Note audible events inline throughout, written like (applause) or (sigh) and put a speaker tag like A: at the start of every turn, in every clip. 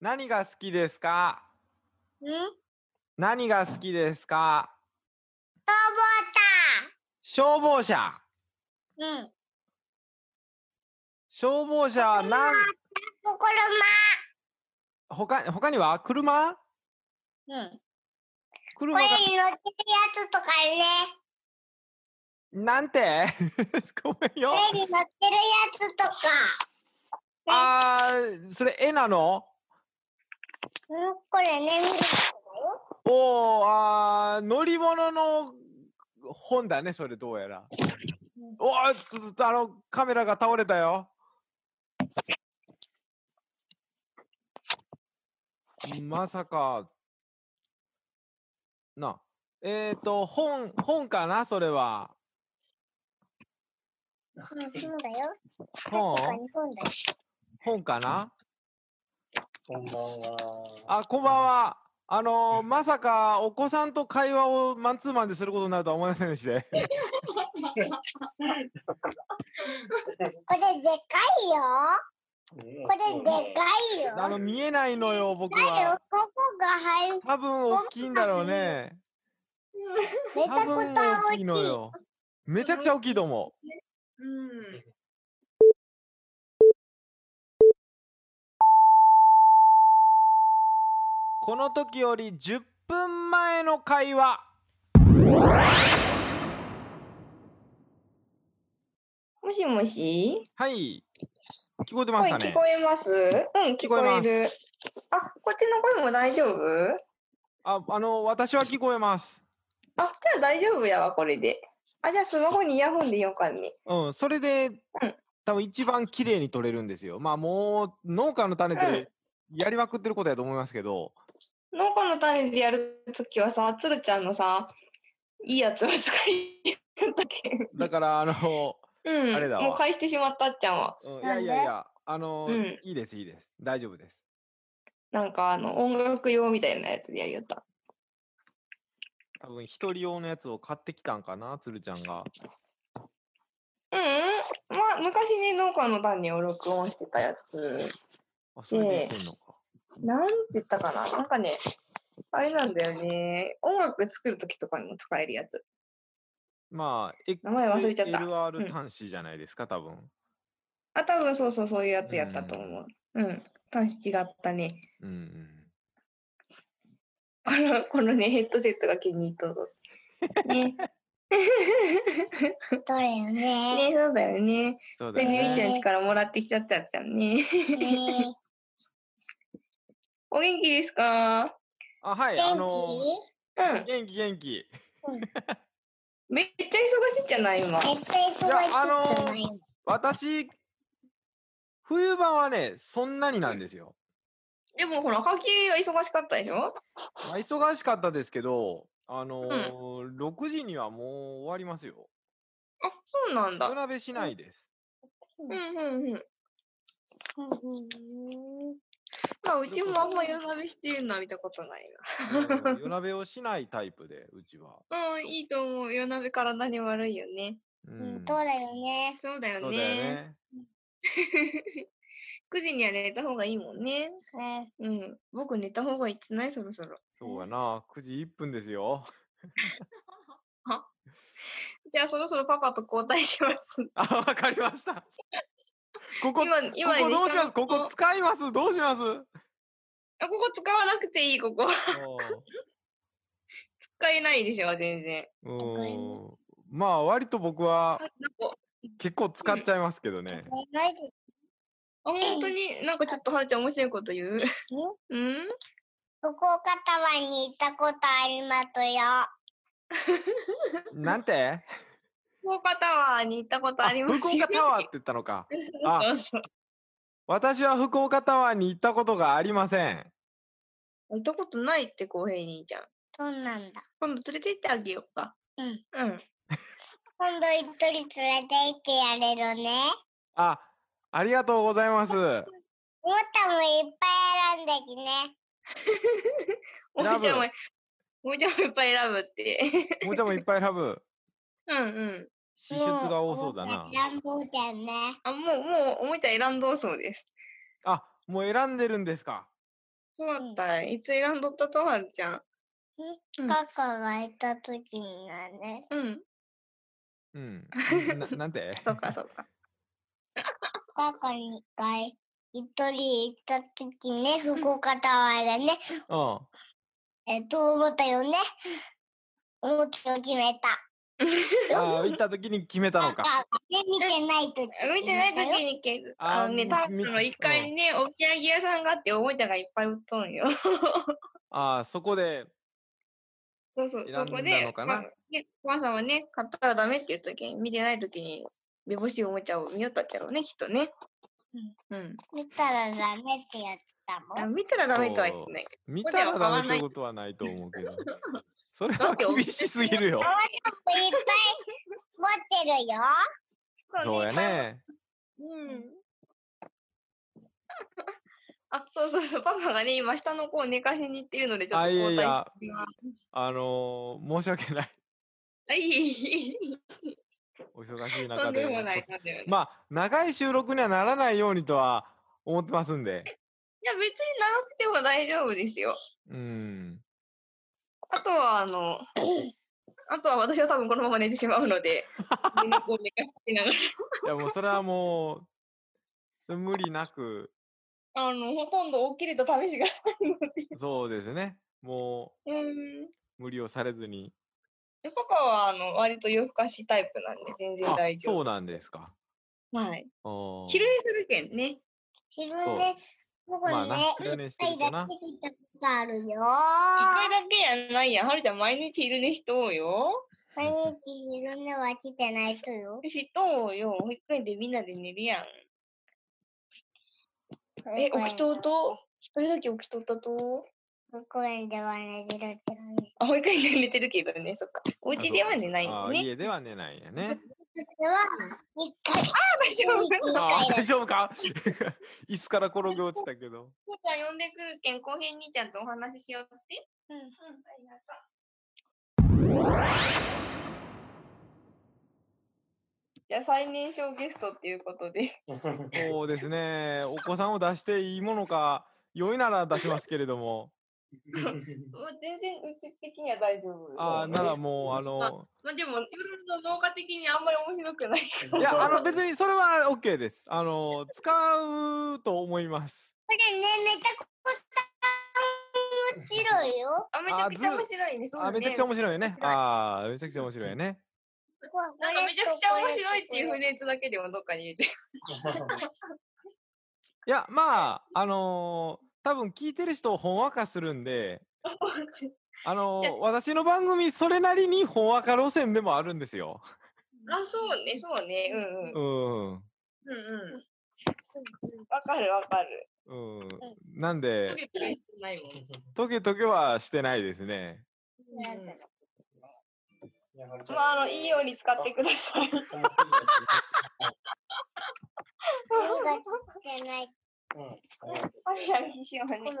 A: 何が好きですか
B: んロボ
A: 何が好きですか
B: ッ
A: 消防車。
B: トうん。
A: 消防車は何
B: 心
A: 他他には車
B: ま。うん。こ
A: 車
B: れ
A: が
B: に乗ってるやつとかね。
A: なんて (laughs) ごめん
B: こ
A: よ。
B: れに乗ってるやつとか。
A: あー、それ絵なの
B: うん、これね、見るやつだよ。
A: おーあー乗り物の本だねそれどうやら
B: うん
A: おーちょっとあのカメラが倒れたよまさかなえっ、ー、と本本かなそれは
B: うん、そうだよ。
A: 本
B: 確かにそうだよ。
A: 本かな
C: こんばんは。
A: あこんばんはあのーまさかお子さんと会話をマンツーマンですることになるとは思いませんでして
B: これでかいよ。
C: ね
B: これでかいよ。
A: あの見えないのよ僕
B: だよ
A: は。
B: ここが入る。
A: 多分大きいんだろうね。
B: めちゃ
A: 多
B: く
A: 分
B: ちゃ
A: 大
B: 大
A: き
B: き
A: い
B: い。
A: のよ。めちゃくちゃ大きいと思う。
D: うん。
A: この時より10分前の会話。
D: もしもし。
A: はい。聞こえてます
D: 声
A: か
D: 聞
A: ね
D: こ。えます。うん、聞こ
A: 聞こえま
D: え
A: す
D: る。あ、こっちの声も大丈夫。
A: あ、あの私は聞こえます。
D: あ、じゃあ大丈夫やわ、これで。あ、じゃあスマホにイヤホンでよかんね。
A: うん、それで多分一番綺麗に取れるんですよ。まあもう農家の種でやりまくってることやと思いますけど、
D: 農家の種でやるときはさ、つるちゃんのさ、いいやつを使いやったけん。
A: だからあの、
D: うん、
A: あれだわ
D: もう返してしまったっちゃんは。
A: うんいやいやいや、あの、
D: うん
A: いいですいいです、大丈夫です。
D: なんかあの音楽用みたいなやつでやりよった。
A: 多分一人用のやつを買ってきたんかな、つるちゃんが。
D: うん、うん、まあ昔に農家の種を録音してたやつ。
A: あ、それで言ってんのか。
D: なんて言ったかななんかね、あれなんだよね。音楽作るときとかにも使えるやつ。
A: まあ、
D: 名前忘れちゃった
A: LR
D: うん
A: 端子じゃないですか、多分。
D: あ、多分そうそう、そういうやつやったと思う。うん。端子違ったね。
A: うんうん。
D: この、このね、ヘッドセットが気に入っとる。ね。
B: どれよね。
D: ね、そうだよね。
A: そう
D: それ
A: だよ
D: ゆいちゃ
A: ね。
D: ん家からもらってきちゃったやつだね。
B: ね
D: お元気ですか
A: あ、はい、あ
B: 元
A: の
D: うん
A: ー、。元気元気。い
D: めっちゃ忙しいんじゃない今。
B: 気？絶対すごい
A: や、あの
B: ちょっとない
A: ー、私、冬場はね、そんなになんですよ。
D: でもほら、書きが忙しかったでしょ
A: まあ、忙しかったですけど、あのー6時にはもう終わりますよ。
D: あ、そうなんだ
A: 夜。なべしないです。
D: うんうんうん。
B: うん
D: まあ、うちもあんま夜鍋してるのは見たことないな。
A: うん夜なべをしないタイプで、うちは。
D: うん、いいと思う。夜鍋体に悪いよね。
A: う
B: うん
A: ん、
B: どれよね。
D: そうだよ
A: そうだよ
D: ね。
A: ね。
D: 9時には寝た方がいいもんね。
B: ね
D: うん。僕寝た方がいいってないそろそろ。
A: そうやな、9時1分ですよ。
D: じゃあそろそろパパと交代します。
A: あ、わかりました。ここ、
D: 今、今
A: ここどうします
D: 下
A: こ
D: の
A: こ使いますどうします
D: あここ使わなくていい、ここ。使えないでしょ、全然。
A: う
B: かり
A: んまあ割と僕は
D: あ、なんか、
A: 結構使っちゃいますけどね。
B: ないで
D: あ本当になんかちょっとはるちゃん面白いこと
A: (laughs)
D: 言う。うん
B: 福岡タワーに行ったことありますよ。
A: なん (laughs) て
D: 福岡タワーに行ったことあり
A: 福
D: ます
A: 岡タワーって言ったのか。あ
D: (laughs) そうそう
A: 私は福岡タワーに行ったことがありません。
D: 行ったことないって、公平にいいじゃん。
B: そうなんだ。
D: 今度連れて行ってあげようか。
B: うん。
D: うん。
B: 今度一人連れて行ってやれるね。
A: あ、ありがとうござい (laughs) ます。
B: もっともいっぱい選んできね。
D: お
A: ラ
D: も
A: ブ
D: ちゃも、おもちゃもいっぱい選ぶって。 (laughs)
A: おもちゃもいっぱい選ぶ。
D: うんうん。
A: 支出が多そうだ
B: も
A: な
B: う。乱暴だよね。
D: あ、もう、もうおもちゃ選んどうそうです。
A: あ、もう選んでるんですか。
D: そうだった。いついらんどったとはるちゃん。うん
B: カカがいたときにはね。
D: うん。
A: うん。ななん (laughs) て
D: そうかそうか。
B: カカに一回、一人行ったときね、福岡タワーでね、
A: うん。
B: えっと、思ったよね。思ったよ、決めた。
A: (laughs) ああ、行った時に決めたのか
B: カ。カがね、見てないとき。
D: (laughs) 見てない時にけ
A: あ
D: あのね、
A: み
D: タウンの1階にね、お土産屋さんがあって、おもちゃがいっぱい売っとんよ。 (laughs)
A: ああ、そこで、
D: そうそう、
A: 選
D: そ
A: ん
D: こ
A: だ
D: で
A: の、か
D: ま
A: な
D: あねお母さんはね、買ったらダメって言った時に、見てない時に、めぼしいおもちゃを見よったっちゃろうね、きっとね。うん。
B: 見たらダメってやったも
D: あ
B: ん。
D: 見たらダメとは言ってないけ
A: 見
D: こ
A: た
D: では
A: らダ
D: 買わ
A: メと
D: ない
A: いうことはないと思うけ
D: (laughs)
A: ど。それ
D: だ
A: は
D: ってお
A: 厳しすぎるよ
B: 可。愛い子いっぱい持ってるよ。
D: ど。
A: そうや
D: 買う
A: ね。
D: うん。 (laughs) あ、そうそうそう、パパがね、今、下の子を寝かしに行っているので、ちょっ
A: あ
D: と
A: いやい
D: 交代し
A: や
D: てみます。
A: あのー申し訳ない。 (laughs)
D: あいいい (laughs) いいい
A: お忙しい
D: と
A: 中
D: ん
A: で
D: で。もない、とんでもない。
A: まあ、長い収録にはならないようにとは思ってますんで。
D: いや、別に長くても大丈夫ですよ。
A: うん。
D: あとは、あの、あとは私は多分このまま寝てしまうので、上の子を寝かしなが
A: いや、もうそれはもう、無理なく、
D: ら、 (laughs) あの、ほとんど起きれた試しが (laughs) ないので。
A: そうですね。も
D: うん。
A: う、無理をされずに。
D: でパパは、あの、割と夜更かしタイプなんで、全然
A: あ
D: 大丈
A: そ
D: 夫。
A: うなんですか。
D: はい。
A: あー
D: 昼寝するけんね。
B: 昼
A: そう
B: 寝、僕
A: まあ
B: ね
A: な、昼寝
B: 一
A: して
B: 回だ
A: るとな
B: け聞いたことあるよ。
D: 一回だけやないやん。はるちゃん毎日昼寝しとうよ。
B: 毎日昼寝は来てないとよ。
D: しとうよ。保育園でみんなで寝るやん。え、起きとうと一人だけ起きとったと
B: 公園では寝てるけどね。
D: あ、保育園で寝てるけどね、そっか。お家では寝ない
A: あ
D: の
A: ー
D: ね。
A: 家では寝ないんや
D: (laughs)
A: ね。
B: それは、一回、
D: 大丈夫。
B: うん
D: こ
A: あ
B: 回
A: ー
B: だ
A: 大丈夫か (laughs) 椅子から転げ落ちたけど。
D: うちゃん呼んでくるけん、後編にちゃんとお話ししようって。
B: うん
D: うん、ありがとう。じゃあ最年少ゲストっていうことで。
A: そうですね。お子さんを出していいものか、良いなら出しますけれども、
D: もう全然うち的には大丈夫。
A: あーなら
C: う
A: も
C: ん
A: う、あの、
D: まあでも自分の農家的にあんまり面白くない。
A: いや、あの、別にそれは OK です。あの、使うと思います。
B: これね、めちゃくちゃ面白いよ。
D: あ、めちゃくちゃ面白いね。そう
A: あ
D: だね
A: めちゃくちゃ面白いよね
D: 面。白い
A: ああ、めちゃくちゃ面白いよね。
D: なんかめちゃくちゃ面白いっていうフレーズだけでもどっかに入れて。
A: いや、まあ、あのー多分聞いてる人をほんわかするんで、あのー
D: じゃ
A: 私の番組、それなりにほんわか路線でもあるんですよ。
D: あ、そうね、そうね。うんうん。
A: う
D: うん
A: ん。
D: うん。わかるわかる。
A: うん。なんで
D: ト、ゲトゲしてないもん。
A: トゲトゲはしてないですね。
D: うん (laughs) まあ、あの、いいように使ってくださ
B: 俺
D: い。 (laughs)
B: が作
D: (laughs)
B: ってない。
D: あれやりしよう
B: こ
D: ね。
B: の全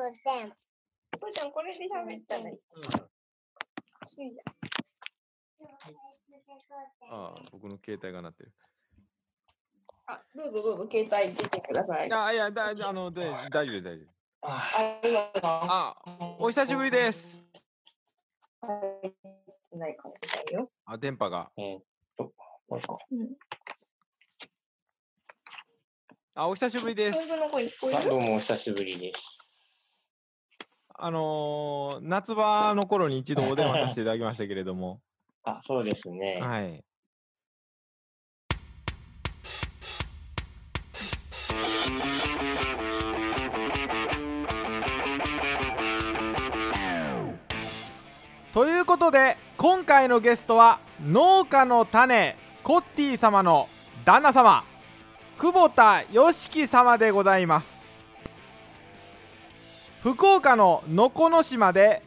D: お父ちゃん、これで喋ったらいい。
A: ああ、僕の携帯が鳴ってる。
D: あ、どうぞどうぞ、携帯出てください。
A: あいや、だあので大丈夫です、大丈夫です。
D: あ、今の
A: あお久しぶりです。
D: 入ってないかもしれないよ。
A: あ、電波が。あ、お久しぶりです
D: 小。指の子一個いる
C: あどうもお久しぶりです。
A: あのー夏場の頃に一度お電話させていただきましたけれども。
C: あ、そうですね。
A: はい。ということで今回のゲストは農家の種コッティ様の旦那様久保田義樹様でございます福岡ののこの島で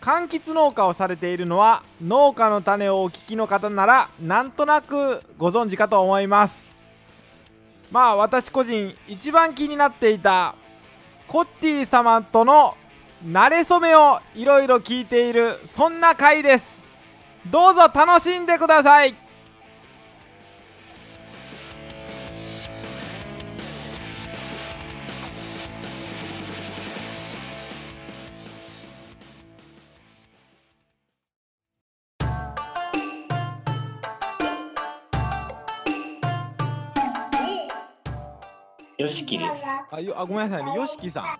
A: 柑橘農家をされているのは農家の種をお聞きの方ならなんとなくご存知かと思いますまあ私個人一番気になっていたコッティ様との慣れ初めをいろいろ聞いているそんな回ですどうぞ楽しんでください
C: よしきです。
A: あよあごめんなさいねよしきさん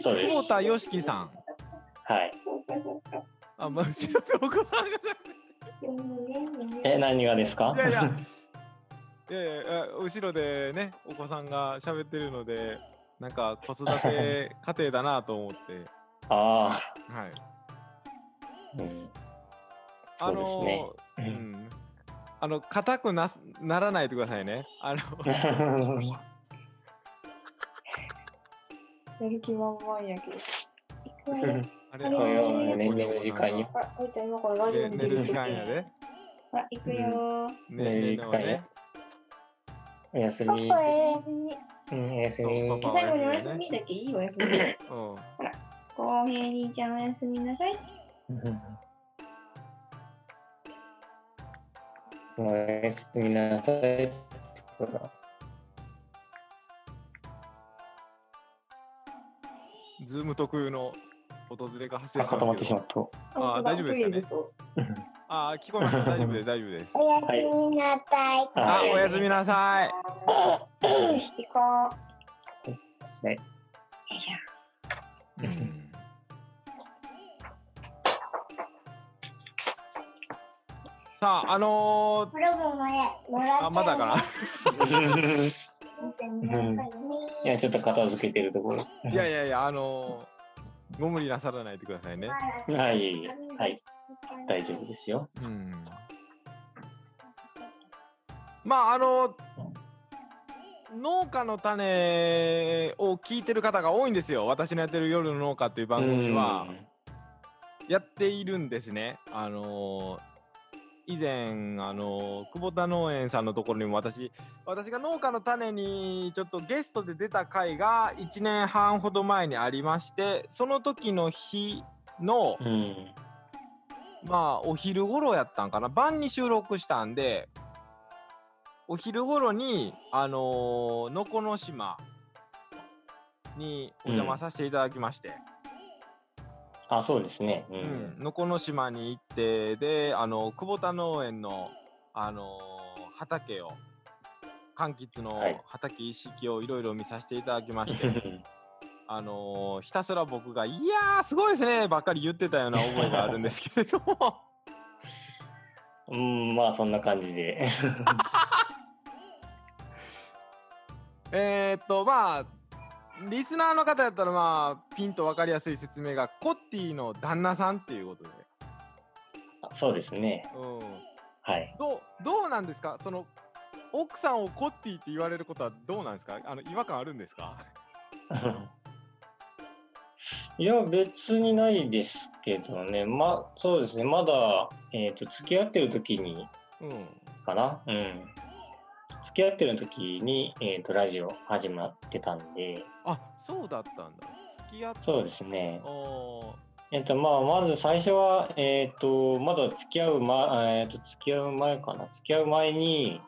C: そうで
A: 久保
C: す。
A: 田よしきさん
C: はい。
A: あ、まあ、後ろでお子さんが
C: え、何がですか
A: いやいやいやいやあ後ろでねお子さんが喋ってるのでなんか子育
C: (laughs)
A: て家庭だなと思って
C: あ
A: はい
C: あ、うん。そうですね。
A: あのーうんあの硬くなならないでくださいね
C: (laughs)
A: あの
D: やる気満々やけど。 (laughs)
A: あ
B: あれ
A: れ
C: そうよ、
B: ね
C: 年齢の時間よ。
D: ほら、こいちゃん今からラジオ
A: で
D: に
A: 寝
D: 出
A: る
D: る
A: 時
D: 時
A: 間やで
D: ほら、行くよ
A: ね
C: 寝る
A: 寝
C: 時
A: るの
C: 間
A: は
C: や
A: ね
C: おやす
B: パ
C: み。
B: パえ
C: うん、おやすみ。
A: そうパ
D: ー。
A: パ
D: 最後におやすみだけいいおやすみ。
A: うん
D: 公平兄ちゃんおやすみなさい。
C: うんおやすみなさい。ほら
A: ズーム特有の訪れが発生
C: あ、
A: して
C: 固ま
A: ます
C: って
A: け
C: しま
A: ど
C: った。
A: あー大丈夫ですかね
C: うん
A: あー聞こえました大丈夫です大丈夫
C: (laughs)
A: です
B: おやすみなさい。
A: あ
C: はい
A: おやすみなさい
D: よし、行こう。
C: ですね。
D: よいしょ。
A: うんさあ、あの
B: これもまだもらっ
A: ー、
B: た (laughs) よ
A: あ、まだか
C: いや、ちょっと片付けてるところ。
A: な。いやいやいや、あのー、ご無理なさらないでくださいね。
C: はい、いえいえはい、大丈夫ですよ。
A: うん。まあ、あのー農家の種を聞いてる方が多いんですよ。私のやってる夜の農家っていう番組は
C: うん。
A: やっているんですね。あのー以前、あのー久保田農園さんのところにも私私が農家の種にちょっとゲストで出た回が1年半ほど前にありましてその時の日の、
C: うん。
A: まあお昼頃やったんかな晩に収録したんでお昼頃にあのーのこの島にお邪魔させていただきまして。
C: あ、そうですね。
A: う
C: う
A: ん
C: ん。
A: のこの島に行ってであの久保田農園の、あのー畑を柑橘
C: はい
A: の畑一式をいろいろ見させていただきまして、 (laughs) あのーひたすら僕が「いやーすごいですね」ばっかり言ってたような覚えがあるんですけれども (laughs)
C: うん、まあ、そんな感じで。 (laughs)
A: えーっとまあリスナーの方やったらまあピンと分かりやすい説明がコッティの旦那さんっていうことで、
C: そうですね。
A: うん、
C: はい。
A: どうどうなんですかその奥さんをコッティって言われることはどうなんですかあの違和感あるんですか
C: (laughs) いや、別にないですけどね。ま、そうですね。まだ、えっ、と、付き合ってる時に、
A: うん
C: かな。うん。付き合ってる時に、えっ、と、ラジオ始まってたんで、
A: あそうだったんだ付き合って
C: そうですね。
A: お
C: えっと、まあ、まず最初は、えっ、と、まだ付き合う前、えっ、と、付き合う前かな。付き合う前に、
A: ー、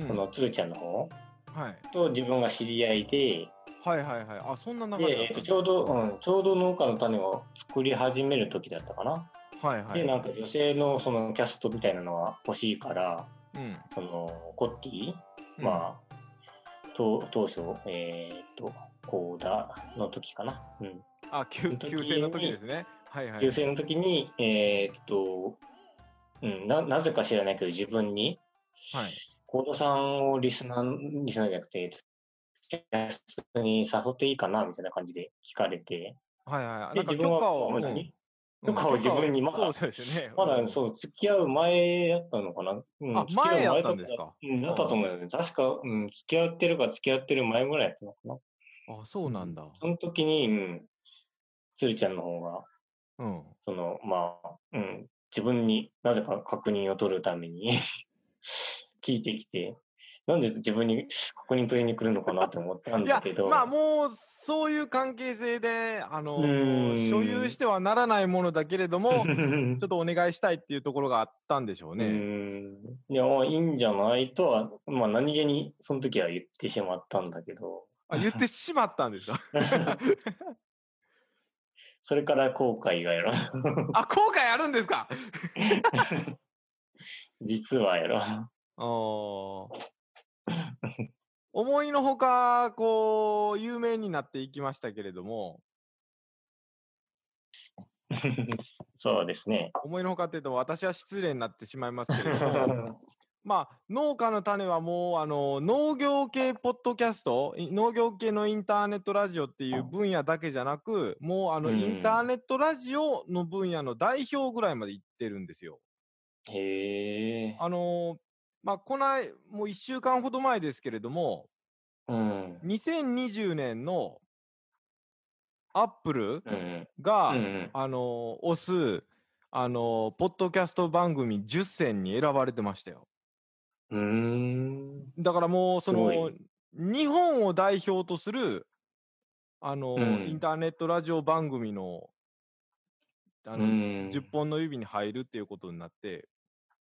A: うん
C: その、つーちゃんの方
A: はい、
C: と自分が知り合いで、
A: はいはいはいあそんな流れだ
C: で、え
A: った
C: っ、
A: ん
C: と、ちょうど、うん、ちょうど農家の種を作り始める時だったかな。
A: だはいはい
C: で、なんか女性のそのキャストみたいなのが欲しいから、
A: うん
C: その、コッティ、まあ、と当初、えっ、と、コーダの時かな。うん。
A: あ急
C: 時
A: 急性の時ですねはいはい
C: 優勢の時に、えっ、と、うんな、なぜか知らないけど自分に、
A: はい
C: コードさんをリスナー、リスナーじゃなくて、キャストに誘っていいかなみたいな感じで聞かれて、
A: はいはい
C: で、
A: なんか
C: 自
A: 許可
C: 分
A: を
C: は、
A: う
C: ま
A: ん
C: だ
A: うん
C: ね許可を自分にまだ
A: そうそうですね
C: まだ
A: う
C: そう、付き合う前だったのかな。うん
A: あ
C: 付き合う
A: 前やったんです
C: だ
A: か
C: うん、だったと思うよね。確か、うん、付き合ってるか付き合ってる前ぐらいやったのかな。
A: あそうなんだ
C: その時に、うん、つるちゃんの方が、
A: うん
C: その、まあ、うん、自分になぜか確認を取るために (laughs) 聞いてきて、なんで自分に確認取りに来るのかなって思ったん
A: い
C: だ
A: や
C: けど。 (laughs)
A: まあもうそういう関係性であの
C: うーん
A: 所有してはならないものだけれどもちょっ
C: う
A: とお願いしたいっていうところがあったんでしょうね。
C: ん。いや、まあいいんじゃないとは、まあ何気にその時は言ってしまったんだけ
A: (laughs)
C: ど、 (laughs)
A: あ言ってしまったんですか
C: それから後悔がやろ。
A: あ後悔あるんですか
C: 実はやろ。
A: あーお思いのほかこう有名になっていきましたけれども
C: (laughs) そうで
A: (laughs)
C: すね。
A: 思いのほかっていうと私は失礼になってしまいますけれど
C: (laughs)
A: もまあ農家の種はもうあの農業系ポッドキャストい農業系のインターネットラジオっていう分野だけじゃなくもうあの
C: うん
A: インターネットラジオの分野の代表ぐらいまで行ってるんですよ。
C: へえ。
A: あのーまあ、こない、もう1週間ほど前ですけれども、
C: うん。
A: 2020年のアップル
C: うん。
A: が、
C: うん。
A: あのー推す、あのーポッドキャスト番組10選に選ばれてましたよ。
C: うん。
A: だからもう、そ
C: すご
A: の
C: い、
A: 日本を代表とする、あのー
C: うん
A: インターネットラジオ番組の、あ
C: う
A: の、
C: ん。
A: 10本の指に入るっていうことになって、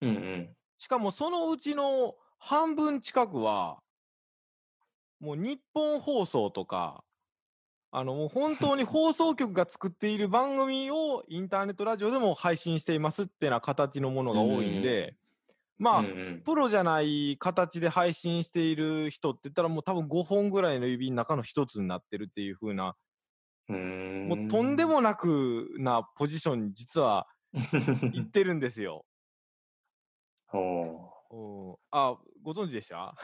C: うんうん。
A: しかもそのうちの半分近くは、もう日本放送とか、あのもう本当
C: (laughs)
A: に放送局が作っている番組をインターネットラジオでも配信していますってな形のものが多いんで、まあ、
C: うんうん
A: プロじゃない形で配信している人って言ったらもう多分5本ぐらいの指の中の1つになってるっていう風な、
C: うん
A: もうとんで
C: (laughs)
A: もなくなポジションに実は行ってるんですよ。
C: おー
A: おーあ、ご存知でした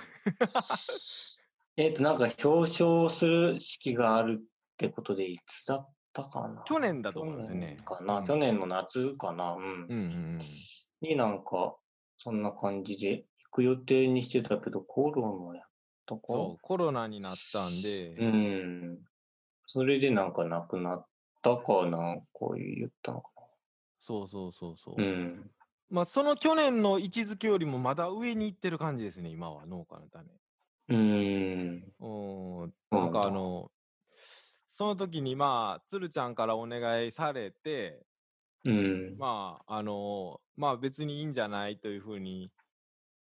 C: えっ、と、なんか表彰する式があるってことで、いつだったかな
A: 去年だと思いますね
C: 去年かな、
A: うん
C: 去年の夏かなうん。
A: うんうんうん
C: になんか、そんな感じで行く予定にしてたけど、コロナやったか
A: そう、コロナになったんで、
C: うん。それでなんかなくなったかな、こう言ったのか
A: そうそうそうそう。
C: な。うん。
A: まあ、その去年の位置づけよりもまだ上に行ってる感じですね、今は、農家の種。
C: うん。
A: うーん、なんかあの、その時にまあ、つるちゃんからお願いされて、
C: うん。
A: まあ、あの、まあ別にいいんじゃないというふうに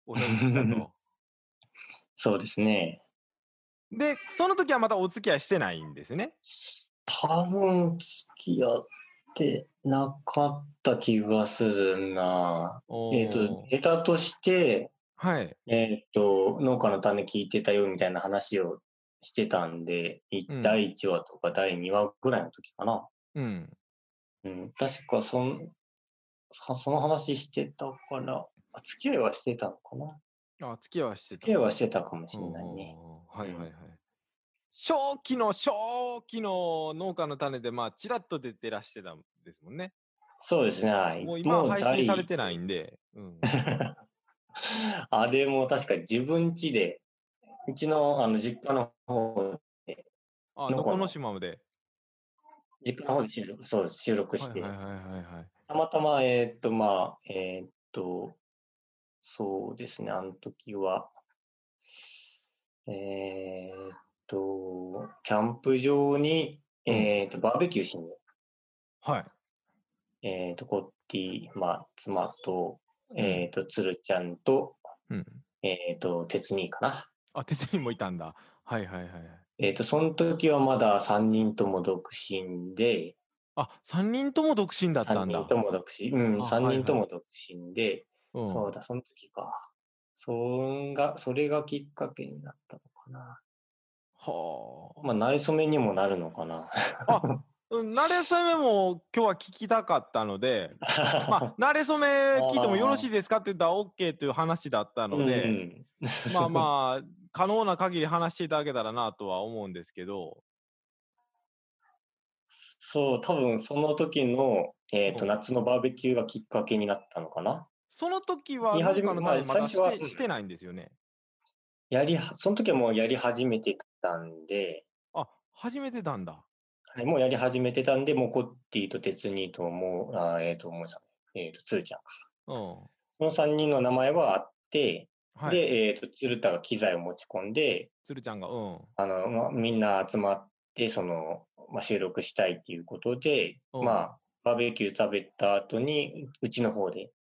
A: お返事し
C: (laughs)
A: たと。
C: そうですね。
A: で、その時はまたお付き合いしてないんですね。
C: 多分、付き合ってなかった気がするな。
A: おー
C: えっ、と、ネタとして、
A: はい。
C: えっ、と、農家の種聞いてたよみたいな話をしてたんで、い
A: うん
C: 第1話とか第2話ぐらいの時かな。
A: うん。
C: うん、確かそん、はその話してたから、あ付き合いはしてたのかな
A: あ、付き合いはしてた。
C: 付き合いはしてたかもしれないね。
A: おーはいはいはい。正気の正気の農家の種でまあちらっと出てらしてたんですもんね。
C: そうですね。はい
A: もう今は配信され
C: る。
A: てないんで。うん、
C: (laughs) あれも確か自分家で、うちのあの実家の方、
A: あ
C: なんか
A: のこの島まで。
C: 実家の方で収録そうです収録
A: は
C: し
A: い
C: て、
A: はいはいはいはい。
C: たまたま、えーっと、まあ、えーっと、そうですね、あの時は、えーっと、キャンプ場に、
A: うん
C: えーっと、バーベキューしに、
A: はい。
C: えーっと、コッティ、まあ、妻と、えーっと、つるちゃんと、
A: うん、
C: えーっと、鉄兄かな。
A: あ、鉄にもいたんだ。はいはいはいはい。
C: えーっと、その時はまだ3人とも独身で、
A: あ、三人とも独身だった
C: 3
A: んだ。
C: 人とも独身、うん、
A: あ
C: 3
A: はいは
C: 人
A: い
C: とも独身で、
A: うん、
C: そうだ、その時か。そんが、それがきっかけになったのかな。
A: はあ。
C: まあ、馴れ初めにもなるのかな。
A: うん慣れ初めも今日は聞きたかったので、ま (laughs) あ、慣れ初め聞いてもよろしいですかって言ったら OK という話だったので、
C: (laughs) うん
A: まあまあ、可能な限り話していただけたらなとは思うんですけど、
C: そう、多分その時の、えっ、
A: う
C: と、
A: ん
C: 夏のバーベキューがきっかけになったのかな。
A: その時は、
C: 言い
A: 農家
C: 始め
A: の種
C: ま
A: ま
C: あ
A: だ
C: 最初は
A: して
C: うん
A: してないんですよね。
C: やりは、その時はもうやり始めてたんで、
A: あ、始めてたんだ。
C: はいもうやり始めてたんで、もうコッティと鉄兄ともう、あーえっ、と、もうさえっ、と、つーちゃんか。
A: うん。
C: その3人の名前はあって、
A: はい。
C: で、えっ、と、つるたが機材を持ち込んで、
A: 鶴ちゃんが、うん。
C: あの、まあ、みんな集まって、その、まあ、収録したいっていうことで、
A: うん
C: まあ、バーベキュー食べた後に、うちの方で、う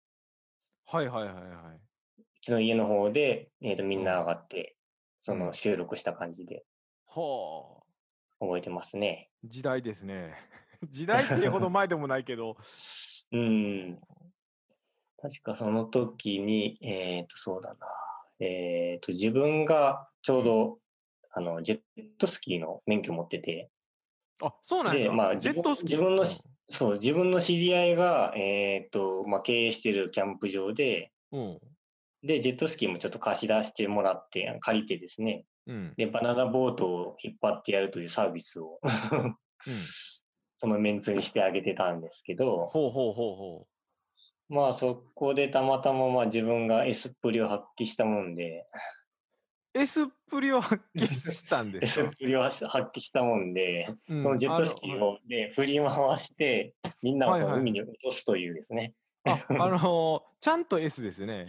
A: はいはいはいはい。
C: ちの家の方で、えっ、と、みんな上がって、そうの、
A: ん
C: 収録した感じで
A: はあ。
C: 覚えてますね。
A: 時代ですね。 (laughs) 時代ってほど前でもないけど、
C: うん。確かその時に、えっ、と、そうだな。えっ、と、自分がちょうどあの、ジェットスキーの免許持ってて、
A: あそうなんです
C: で、
A: か、
C: まあ、
A: ジェットスキ
C: 自
A: ー
C: 分自分のし、そう、自分の知り合いが、えーっと、まあ、経営してるキャンプ場で、
A: うん
C: で、ジェットスキーもちょっと貸し出してもらって、借りてですね、
A: うん
C: で、バナナボートを引っ張ってやるというサービスを、 (laughs)
A: うん、
C: そのメンツにしてあげてたんですけど、
A: ほうほうほうほ
C: まあそこでたまたままあ自分がエスっぷりを発揮したもんで、
A: うエスっぷ (laughs) りを発揮したん
C: エ
A: です
C: スっ (laughs)
A: か、
C: ぷりを発揮したもんで、
A: うん
C: そのジェットスキーをで振り回して、みんなをそ
A: はい
C: の
A: はい
C: 海に落とすというで
A: (laughs)
C: すね。
A: ああのーちゃんと S ですよね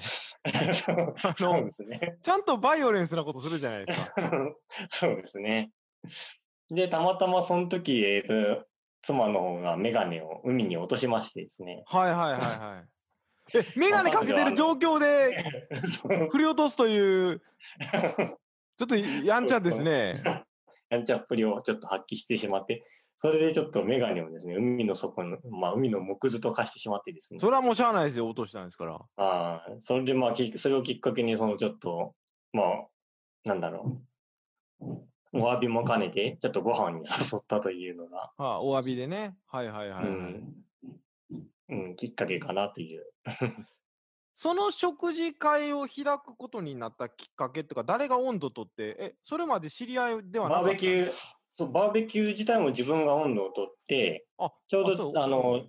C: そう
A: あ
C: そう
A: の
C: ですね。 (laughs)
A: ちゃんとバイオレンスなことするじゃないですか
C: そうですね。で、たまたまその時、えーと、妻の方がメガネを海に落としましてですね。
A: はいはいはいはいえ眼鏡かけてる状況で
C: そう
A: 振り落とすという (laughs) ちょっとやんちゃですね
C: やんちゃっぷりをちょっと発揮してしまって、それでちょっとメガネをですね、海の底の、まあ海の木図と化してしまってですね。
A: それはもうしゃあないですよ落としたんですから
C: ああ、それでまあ、きそれをきっかけに、そのちょっと、まあ、なんだろう。お詫びも兼ねて、ちょっとご飯に誘ったというのが、
A: はあ、お詫びでねはいはいはい、はい
C: うん、うん、きっかけかなという。
A: その食事会を開くことになったきっかけっていうか誰が温度とってえそれまで知り合いではなか
C: バ
A: った
C: ーベキュー、そうバーベキュー自体も自分が温度をとって、
A: あ
C: ちょう
A: そう
C: ど、あの、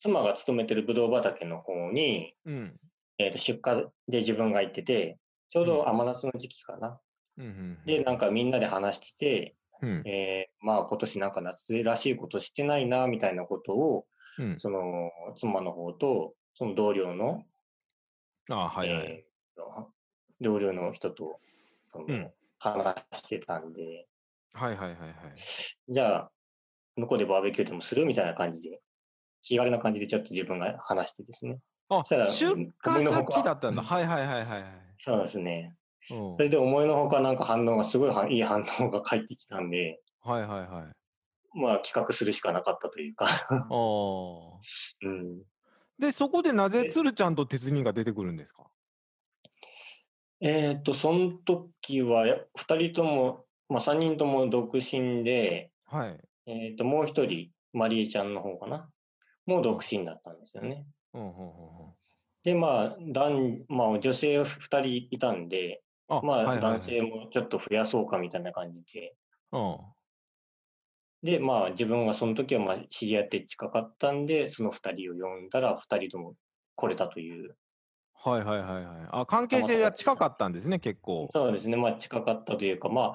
C: 妻が勤めてるブドウ畑の方に、
A: うん
C: えーと出荷で自分が行ってて、ちょう
A: うん
C: ど甘夏の時期かな。
A: うんうん
C: で、なんかみんなで話してて、
A: うん
C: えーまあ今年なんか夏らしいことしてないな、みたいなことを、
A: うん
C: その、妻の方と、その同僚の、
A: あはいはい、
C: えー同僚の人と、その、
A: うん
C: 話してたんで、
A: はいはいはいはい
C: じゃあ、向こうでバーベキューでもするみたいな感じで、気軽な感じでちょっと自分が話してですね。
A: あ
C: したら
A: 出
C: 思
A: 荷
C: いのほか
A: 先だったんだ
C: うん
A: はいはいはいはいはい
C: そうですね。
A: うん
C: それで思いのほかなんか反応がすごいはいい反応が返ってきたんで、
A: はいはいはい
C: まあ企画するしかなかったというか、 (laughs)
A: あー
C: うん。
A: でそこでなぜ
C: で
A: 鶴ちゃんと鉄人が出てくるんですか
C: えーっと、その時は、や2人とも、まあ、3人とも独身で、
A: はい
C: えーっと、もう1人、マリエちゃんの方かな。もう独身だったんですよね。
A: うんうんうんうん
C: で、まあ、男、まあ、女性2人いたんで、
A: あ
C: ま
A: はいは
C: あ、
A: いはい
C: 男性もちょっと増やそうかみたいな感じで。
A: うん
C: で、まあ、自分がその時は、まあ、知り合って近かったんで、その2人を呼んだら、2人とも来れたという。
A: はいはいはいはいあ関係性が近かったんですね結構
C: そうですね、まあ、近かったというか、まあ、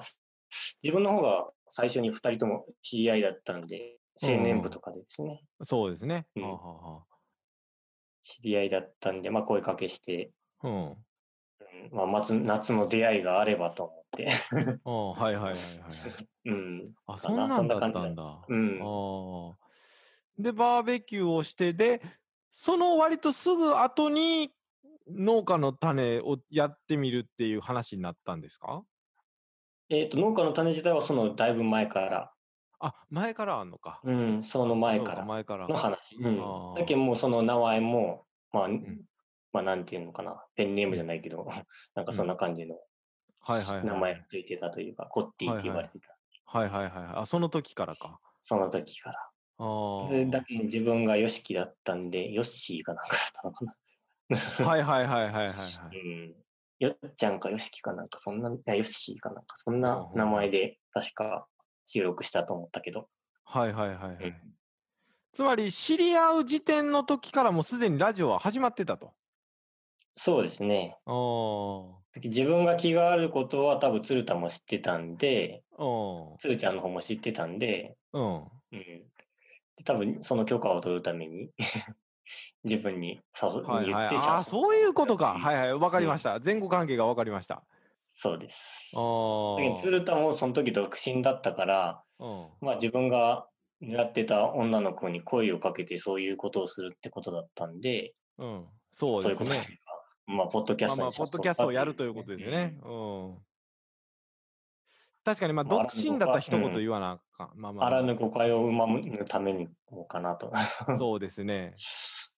C: 自分の方が最初に2人とも知り合いだったんで、青年部とかでですね、
A: そうですね、
C: うん
A: はあはあは
C: 知り合いだったんで、まあ、声かけして、
A: あうん
C: うんまあ、夏夏の出会いがあればと思って、 (laughs)
A: ああはいはいはいはいはい。
C: うん、
A: あ、
C: か
A: そん
C: な
A: な
C: そ
A: ん
C: ん
A: だ
C: な
A: った
C: 感
A: ん
C: じ
A: だ。
C: だ
A: あ
C: うん、
A: あ。で、バーベキューをして、で、その割とすぐ後に農家の種をやってみるっていう話になったんですか
C: えっと農家の種自体はそのだいぶ前から、
A: あ、前からあんのか。
C: うん、その前
A: そう
C: から
A: 前から。
C: の話、う
A: あ
C: ん、
A: ー
C: だけどもうその名前も、まあ、
A: ん
C: まあ、なんていうのかな、ペンネームじゃないけど、なんかそんな感じの
A: はいはいはい。
C: 名前がついてたというか、コッティって言われてた、
A: はいはいはい。あ、その時からか。
C: その時から。
A: ああ。
C: でだけに自分がヨシキだったんで、ヨッシーかなんかだったのかな。
A: はいはいはいはいはいはい。
C: うん。ヨッちゃんかヨシキかなんか、そんな、いやヨッシーかなんか、そん
A: ほう
C: な
A: ほう
C: 名前で確か収録したと思ったけど。
A: はいはいはいはい。
C: うん
A: つまり、知り合う時点の時からもうすでにラジオは始まってたと。
C: そうですね。
A: ああ。
C: 自分が気があることは多分鶴田も知ってたんで、
A: う
C: 鶴ちゃんの方も知ってたんで、
A: ん。うん。
C: うん。で多分その許可を取るために、 (laughs) 自分に誘、
A: はいはい、
C: 言って
A: ああ、そういうことか。はい
C: い。
A: はい、わかりました。前後関係がわかりました。
C: そうです。
A: ああ。
C: だけど鶴田もその時独身だったから、
A: うん
C: まあ自分が狙ってた女の子に声をかけてそういうことをするってことだったんで、
A: うん。そう
C: そう
A: で
C: いうこと
A: すね。
C: というかまあ、ポッドキャ
A: まあ
C: スト
A: まあ、
C: に
A: ポッドキャストをやるということですよね。うん。確かに、まあ、
C: まあ
A: 独身だったら一言
C: うん
A: 言わなあかん。まあま
C: あ
A: あ
C: ら
A: ま
C: ぬ誤解を生まぬためにもかなと。 (laughs)
A: あ、 (laughs) そうですね。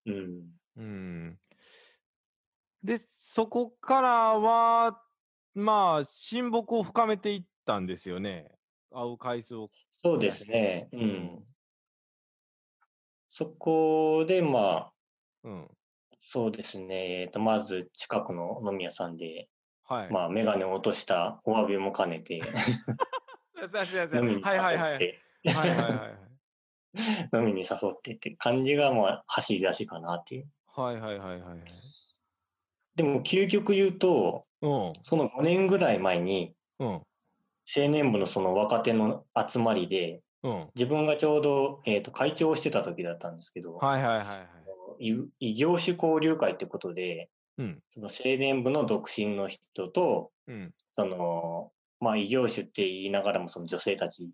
C: うん。
A: うん。で、そこからは、まあ、親睦を深めていったんですよね。会う回数を。
C: そうですね。うん。そこで、まあ、
A: うん。
C: そうですね。えっと、まず近くの飲み屋さんで、
A: はい。
C: まあ、メガネを落としたお詫びも兼ね
A: (laughs)
C: て、
A: そうそうそうそう
C: 飲みに
A: はいはいはい。はい
C: 誘って、
A: はいはいはい。
C: 飲みに誘ってって感じが、まあ、走り出しかなっていう。
A: はいはいはいはい。
C: でも、究極言うと、
A: うん。
C: その5年ぐらい前に、
A: うん。
C: 青年部のその若手の集まりで、
A: うん。
C: 自分がちょうど、えっと会長をしてた時だったんですけど、
A: はいはいはいはい。
C: い、異業種交流会ってことで、
A: うん。
C: その青年部の独身の人と、
A: うん。
C: その、まあ異業種って言いながらもその女性たち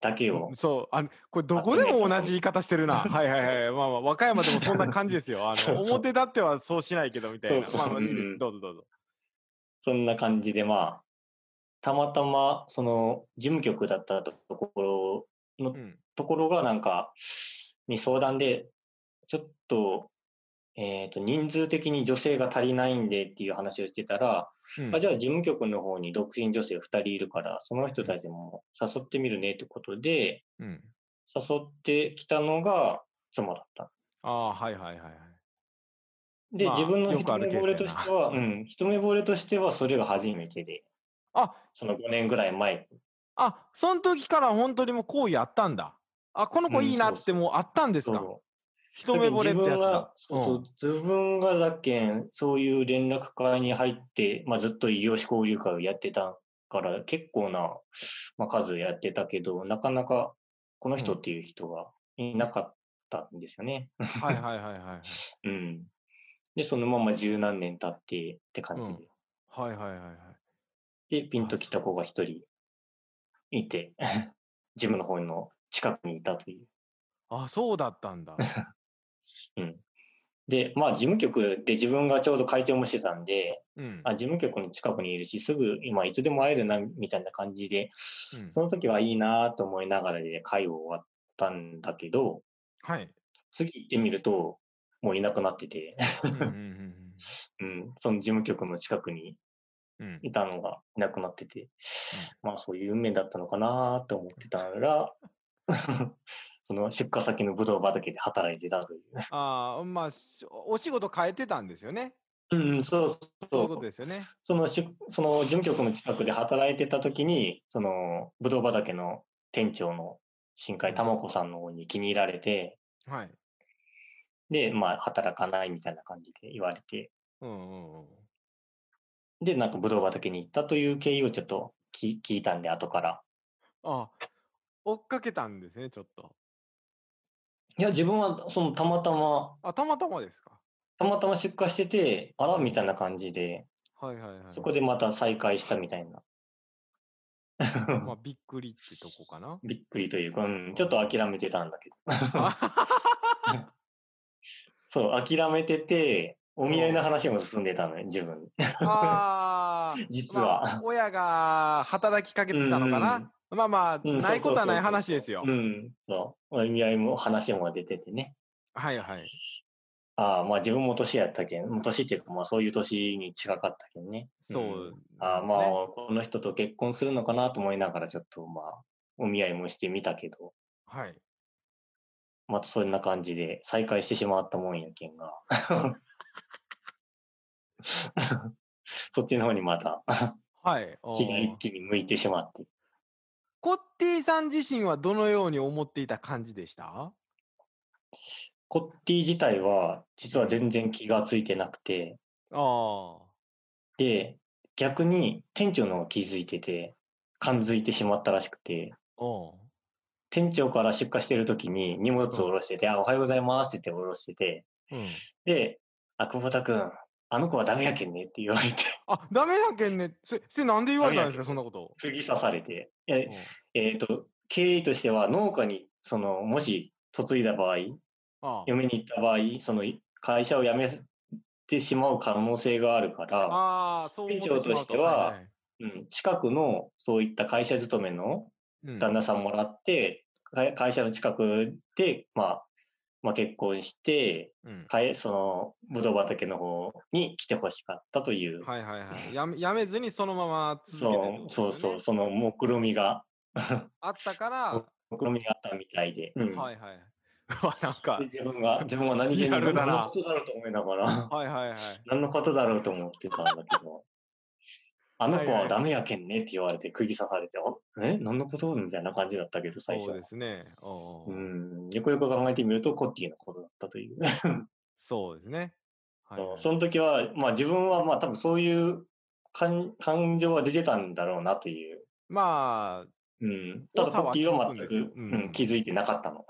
C: だけを、
A: そう、あの、これどこでも同じ言い方してる
C: (laughs)
A: な。
C: 集
A: はいはいはい。まあまあ、和歌山でもそんな感じですよ。あ
C: (laughs) そ
A: の、
C: うそう
A: 表立ってはそうしないけどみたいな。
C: そうそう
A: まあまあ、いいうです。
C: ん
A: どうぞどうぞ。
C: そんな感じでまあ、たまたまその事務局だったところ
A: う
C: の
A: ん。
C: ところがなんか、に相談で、ちょっと、えっ、と、人数的に女性が足りないんでっていう話をしてたら、
A: うん
C: あじゃあ事務局の方に独身女性2人いるから、その人たちも誘ってみるねってことで、
A: うん。
C: 誘ってきたのが妻だった。
A: ああ、はいはいはいはい。
C: で、
A: まあ
C: 自分の
A: よ
C: 一
A: くあ
C: 目
A: るケー
C: 惚
A: スや
C: れ
A: な
C: としては、うん、一目惚れとしてはそれが初めてで、
A: あ、
C: その5年ぐらい前。
A: あ、その時から本当にもう好意あったんだ。あ、この子いいな
C: うん
A: っ
C: そう
A: て
C: そう
A: もうあったんですか。
C: そう
A: 一目惚れってやつだ。
C: 自分が、そうそう自分がだっけん、そういう連絡会に入って、まあ、ずっと異業種交流会をやってたから、結構な、まあ、数やってたけど、なかなかこの人っていう人がいなかったんですよね。
A: うんはいはいはいはいはい。
C: うん。で、そのまま十何年経ってって感じで。
A: はいはいはいはい。
C: で、ピンときた子が一人いて、 (laughs) ジムの方の近くにいたという。
A: あ、そうだった
C: (laughs)
A: んだ。
C: うん。で、まあ、事務局で自分がちょうど会長もしてたんで、
A: (laughs) うん。
C: あ事務局の近くにいるし、すぐ今いつでも会えるな、みたいな感じで、
A: うん
C: その時はいいなと思いながらで会を終わったんだけど、
A: はい。
C: 次行ってみると、も (laughs) ういなくなってて、 (laughs)
A: うんうんうん
C: うん、その事務局の近くに
A: うんうん。
C: いたのがいなくなってて、まあそういう運命だったのかなと思ってた
A: (laughs)
C: ら、その出荷先のブドウ畑で働いてたという。
A: ああ、まあ、しお仕事変えてたんですよね。
C: うん、そうそう
A: そう
C: そ
A: いううことですよね。
C: そのしその事務局の近くで働いてた時に、そのぶどう畑の店長の新海玉子さんの方に気に入られて、
A: はい。
C: で、まあ、働かないみたいな感じで言われて、
A: うんうんうん。
C: で、なんかぶどう畑に行ったという経緯をちょっと聞聞いたんで、後から。
A: あ、追っかけたんですね、ちょっと。
C: いや、自分はそのたまたま、
A: あ、たまたまですか。
C: たまたま出荷してて、あらみたいな感じで、
A: はいはいはい。
C: そこでまた再会したみたいな。
A: まあ、びっくりってとこかな。
C: (laughs) びっくりというか、うん、ちょっと諦めてたんだけど。
A: あ
C: そう、諦めてて、お見合いの話も進んでたのよ、自分。
A: あー。
C: 実は
A: まあ親が働きかけてたのかな。まあまあ、
C: うん
A: ないことはない話ですよ
C: う。ん、そう。お見合いも話も出ててね。
A: はいはい。
C: ああ、まあ自分も年やったけん、もう年っていうか、まあそういう年に近かったけんね。
A: そう、
C: んああ、まあ、この人と結婚するのかなと思いながら、ちょっとまあ、お見合いもしてみたけど、
A: あ。はい。
C: またそんな感じで再会してしまったもんやけ
A: (laughs)
C: んが。 (laughs) そっちの方にまた、
A: はい。あ
C: 気が
A: ー
C: 一気に向いてしまって。
A: コッティさん自身はどのように思っていた感じでした
C: コッティ自体は、実は全然気がついてなくて、
A: ああ。
C: で、逆に店長の方が気づいてて、感づいてしまったらしくて、
A: おう
C: 店長から出荷してる時に荷物を下ろしてて、あ、おはようございますって言って下ろしてて、
A: うん。
C: で、あ、久保田くん、あの子はダメやけんねって言われて、 (laughs)
A: あ、ダメやけんね。そそれなんで言われたんですか、
C: ダ
A: そん
C: メ
A: なこと。
C: 釘刺されて、
A: う
C: え
A: ん
C: えっ、と、経緯としては農家に、その、もし嫁いだ場合、
A: あ
C: 嫁に行った場合、その、会社を辞めてしまう可能性があるから、
A: ああ、そう思ってしまう
C: 店長としてはい
A: い
C: うん、近くのそういった会社勤めの
A: うん
C: 旦那さんもらって、か会社の近くで、まあ、まあ、結婚して、
A: うん
C: かえ、その、ぶどう畑の方に来てほしかったという、
A: はいはいはいやめやめずにそのまま続けてるって
C: そ
A: こと
C: う、
A: ですよ
C: そ
A: ね
C: うそう、その目論みが、
A: あったから、は
C: 目論みがあったみたいで、うん
A: いはい (laughs) うわなんか
C: で自分が、自分は何気に
A: リア
C: 何
A: ル
C: の
A: だな
C: ことだろうと思いながら、
A: はいはいはい
C: 何のことだろうと思ってたんだけど、あの
A: は
C: 子
A: いは
C: はいダメやけんねって言われて、釘刺されて、あえ何のことみたいな感じだったけど、最初
A: そう
C: は
A: で。すねおうおう
C: うん、よくよく考えてみると、コッティのことだったという。
A: そうですねはいはい
C: (laughs) その時は、まあ自分はまあ多分そういう感感情は出てたんだろうなという。
A: まあ
C: うん、ただ
A: 多さ
C: コ
A: は
C: ッティ
A: 気
C: は
A: づ
C: 全
A: くんですよ
C: く、
A: うん
C: うん気づいてなかったの。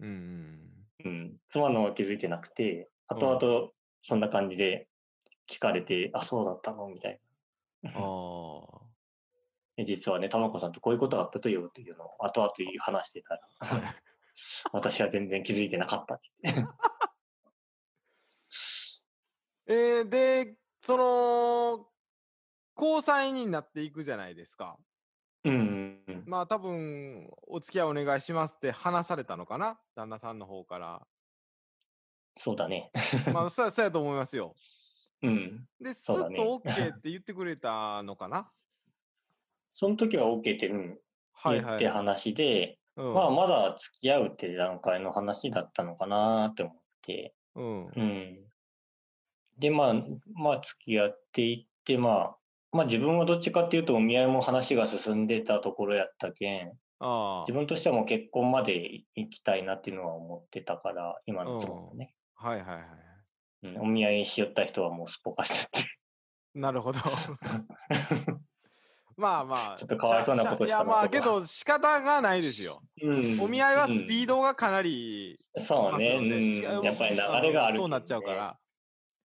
A: うんうん
C: うん、妻のは気づいてなくて、
A: ん
C: 後々そんな感じで聞かれて、あ、そうだったのみたいな。
A: ああ
C: え実はね、たまこさんとこういうことがあったとよっていうのを後々話してたら、
A: (laughs)
C: 私は全然気づいてなかったって。
A: えー、で、その、交際になっていくじゃないですか。
C: うんうん
A: まあ多分、お付き合いお願いしますって話されたのかな旦那さんの方から。
C: そうだね。
A: ま
C: (laughs)
A: あ、そうや、そうやと思いますよ。
C: うん。
A: で、すっ
C: そう
A: と
C: だね
A: OK って言ってくれたのかな
C: その時は OK って、うん、
A: はい
C: (laughs) 言
A: は
C: っ
A: い
C: て。話で、
A: うん
C: まあまだ付き合うって段階の話だったのかなって思って、
A: うん。
C: うん。で、まあ、まあ付き合っていって、まあ、まあ自分はどっちかっていうとお見合いも話が進んでたところやったけん、
A: あ
C: 自分としてはもう結婚まで行きたいなっていうのは思ってたから、今の妻もね、
A: あ。はいはいはい。
C: うんお見合いしよった人はもうすっぽかしちゃって。
A: なるほ
C: (laughs)
A: ど。 (laughs) まあまあ。
C: ちょっとかわいそうなことした
A: いや
C: な
A: まあ、
C: 僕
A: け
C: は
A: ど仕方がないですよ。
C: うん
A: お見合いはスピー
C: ド、
A: ドがかなり
C: そう
A: 出
C: ね、
A: ますのでし
C: うんやっぱり流れがあるけんね、
A: そうなっちゃうから。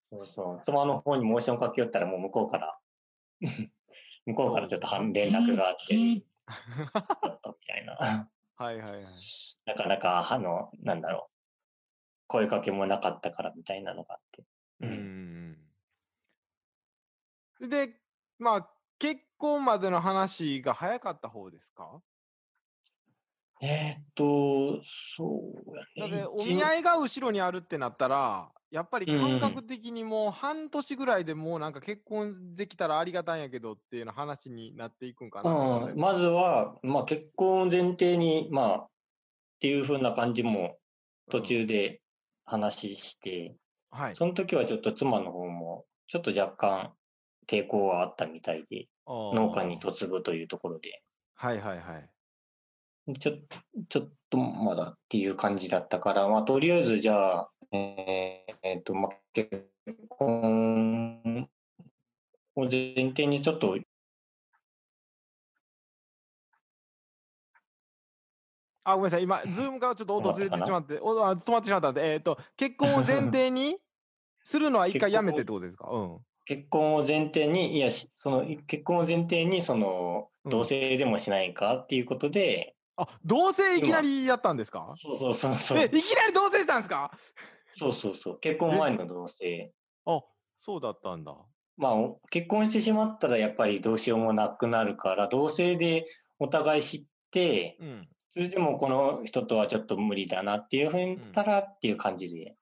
C: そうそう。妻の方にモーションかけよったらもう向こ
A: (laughs)
C: うから、向こうからちょっと反連絡があって、ちょっとみたいな。 (laughs)
A: はいはいはい。
C: なかなか、あの、なんだろう。声かけもなかったからみたいなのがあって。
A: う。んうん。で、まあ、結婚までの話が早かった方ですか
C: えーっと、そう
A: だ
C: や
A: っ
C: ね。
A: て、お
C: 一応
A: 見合いが後ろにあるってなったら、やっぱり
C: うんう
A: 感
C: ん
A: 覚的にもう半年ぐらいでもうなんか結婚できたらありがたいんやけどっていうような話になっていくんかなと思うん
C: う
A: で
C: ん、
A: す。
C: まずは、まあ、結婚を前提に、まあ、っていう風な感じも途中で話して、
A: はい。
C: その時はちょっと妻の方も、ちょっと若干抵抗はあったみたいで、農
A: 農
C: 家に嫁ぐというところで、
A: はいはいはい。
C: ちょちょっとまだっていう感じだったから、まあ、とりあえずじゃあ、えーえーっと、まあ、結婚を前提にちょっと、
A: あ、ごめんなさい。今、ズームからちょっと音ずれてしまって、おあ止まってしまったんで、えっ、と、結婚を前提にするのは一回やめてってことですかうん。
C: 結婚を前提に、いや、しその、結婚を前提に、その、
A: うん
C: 同棲でもしないかっていうことで、
A: あ、同棲いきなりやったんですか
C: そうそうそうそ、
A: え、いうきなり同棲したんですか
C: そうそうそう、結婚前の同棲。
A: あ、そうだったんだ。
C: まあ、お結婚してしまったらやっぱりどうしようもなくなるから、同棲でお互い知って、
A: うん。
C: それでもこの人とはちょっと無理だなっていうふうにったらっていう感じで。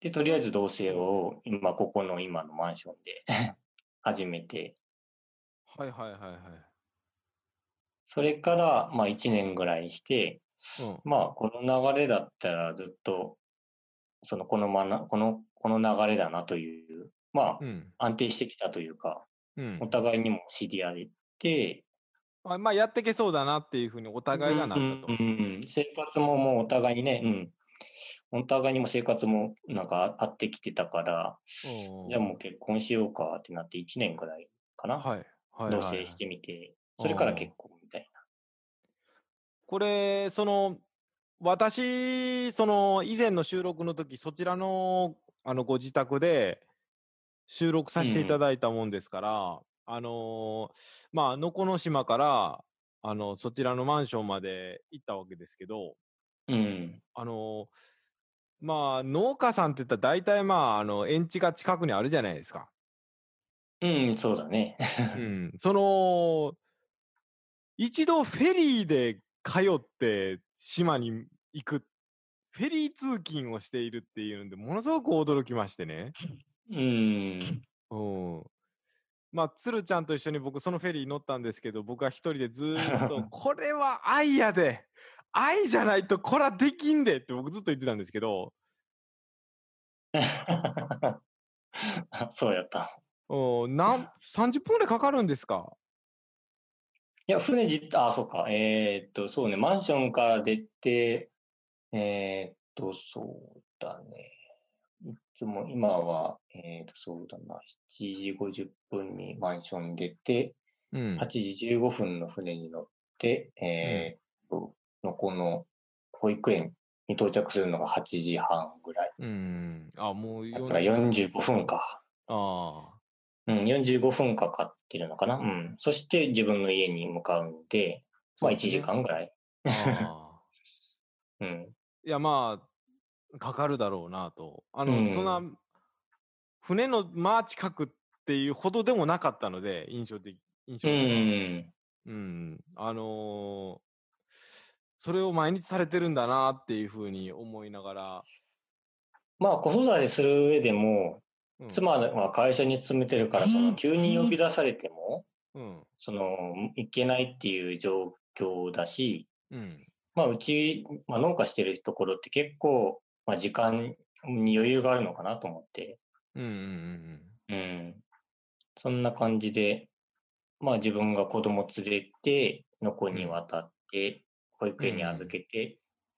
C: で、とりあえず同棲を今、ここの今のマンションで (laughs) 始めて、
A: はいはいはいはい。
C: それからまあ1年ぐらいして、
A: うん。
C: まあこの流れだったらずっと、そのこのまな、この、この流れだなという、まあ
A: うん。
C: 安定してきたというか、
A: うん
C: お、互いにも知り合えて、
A: あまあ、やってけそうだなっていうふうにお互いがなったと。
C: うんうんうん生活ももうお互いにね、うん。お互いにも生活もなんか合ってきてたから、
A: うん
C: じゃあもう結婚しようかってなって1年ぐらいかな。
A: はい。はいはい
C: 同
A: はい
C: 棲してみて、それから結婚みたい
A: これ、その、私、その、以前の収録の時、そちらの、あの、ご自宅で収録させていただいたもんですから、あのーまあ、能古の島から、あの、そちらのマンションまで行ったわけですけど、
C: な。うん。
A: あのーまあ、農家さんって言ったら大体まあ、あの、園地が近くにあるじゃないですか。
C: うん、そうだね。
A: うん。その、一度フェリーで通って島に行くフェリー通勤をしているっていうんで、ものすごく驚きましてね。
C: うん。 (laughs)
A: うん。まあ、鶴ちゃんと一緒に僕、そのフェリー乗ったんですけど、僕は一人でずーっ
C: (laughs)
A: と、これは愛やで愛じゃないとこらできんでって僕ずっと言ってたんですけど、
C: あそうやった。
A: うん、
C: (laughs)
A: なん30分ぐらいかかるんですか
C: いや、船じ、あ、そうか。えーっと、そうね、マンションから出て、えーっと、そうだね。いつも、今は、えーっと、そうだな、7時50分にマンション出て、
A: うん
C: 8。時15分の船に乗って、えーっと、のこの保育園に到着するのが8時半ぐらい。
A: うん。あ、もう
C: だ
A: 40
C: から45分か。
A: ああ。
C: うん、45分かかってるのかな。うん。そして自分の家に向かうんで、まあ1時間ぐらい。
A: そうですね。ああ
C: うん。
A: いやまあかかるだろうなとあの、
C: うん
A: そんな船のまあ近くっていうほどでもなかったので印象的印象
C: う
A: 的には
C: ん。
A: うんあのーそれを毎日されてるんだなっていうふうに思いながら、
C: まあ子育てする上でも、
A: うん、
C: 妻は会社に勤めてるから、その急に呼び出されても、
A: うん
C: その、行けないっていう状況だし、
A: うん
C: まあうち、まあ農家してるところって結構、まあ時間に余裕があるのかなと思って、
A: うんうんうん
C: うん。そんな感じで、まあ自分が子供連れて、のこに渡って、保育園に預けて、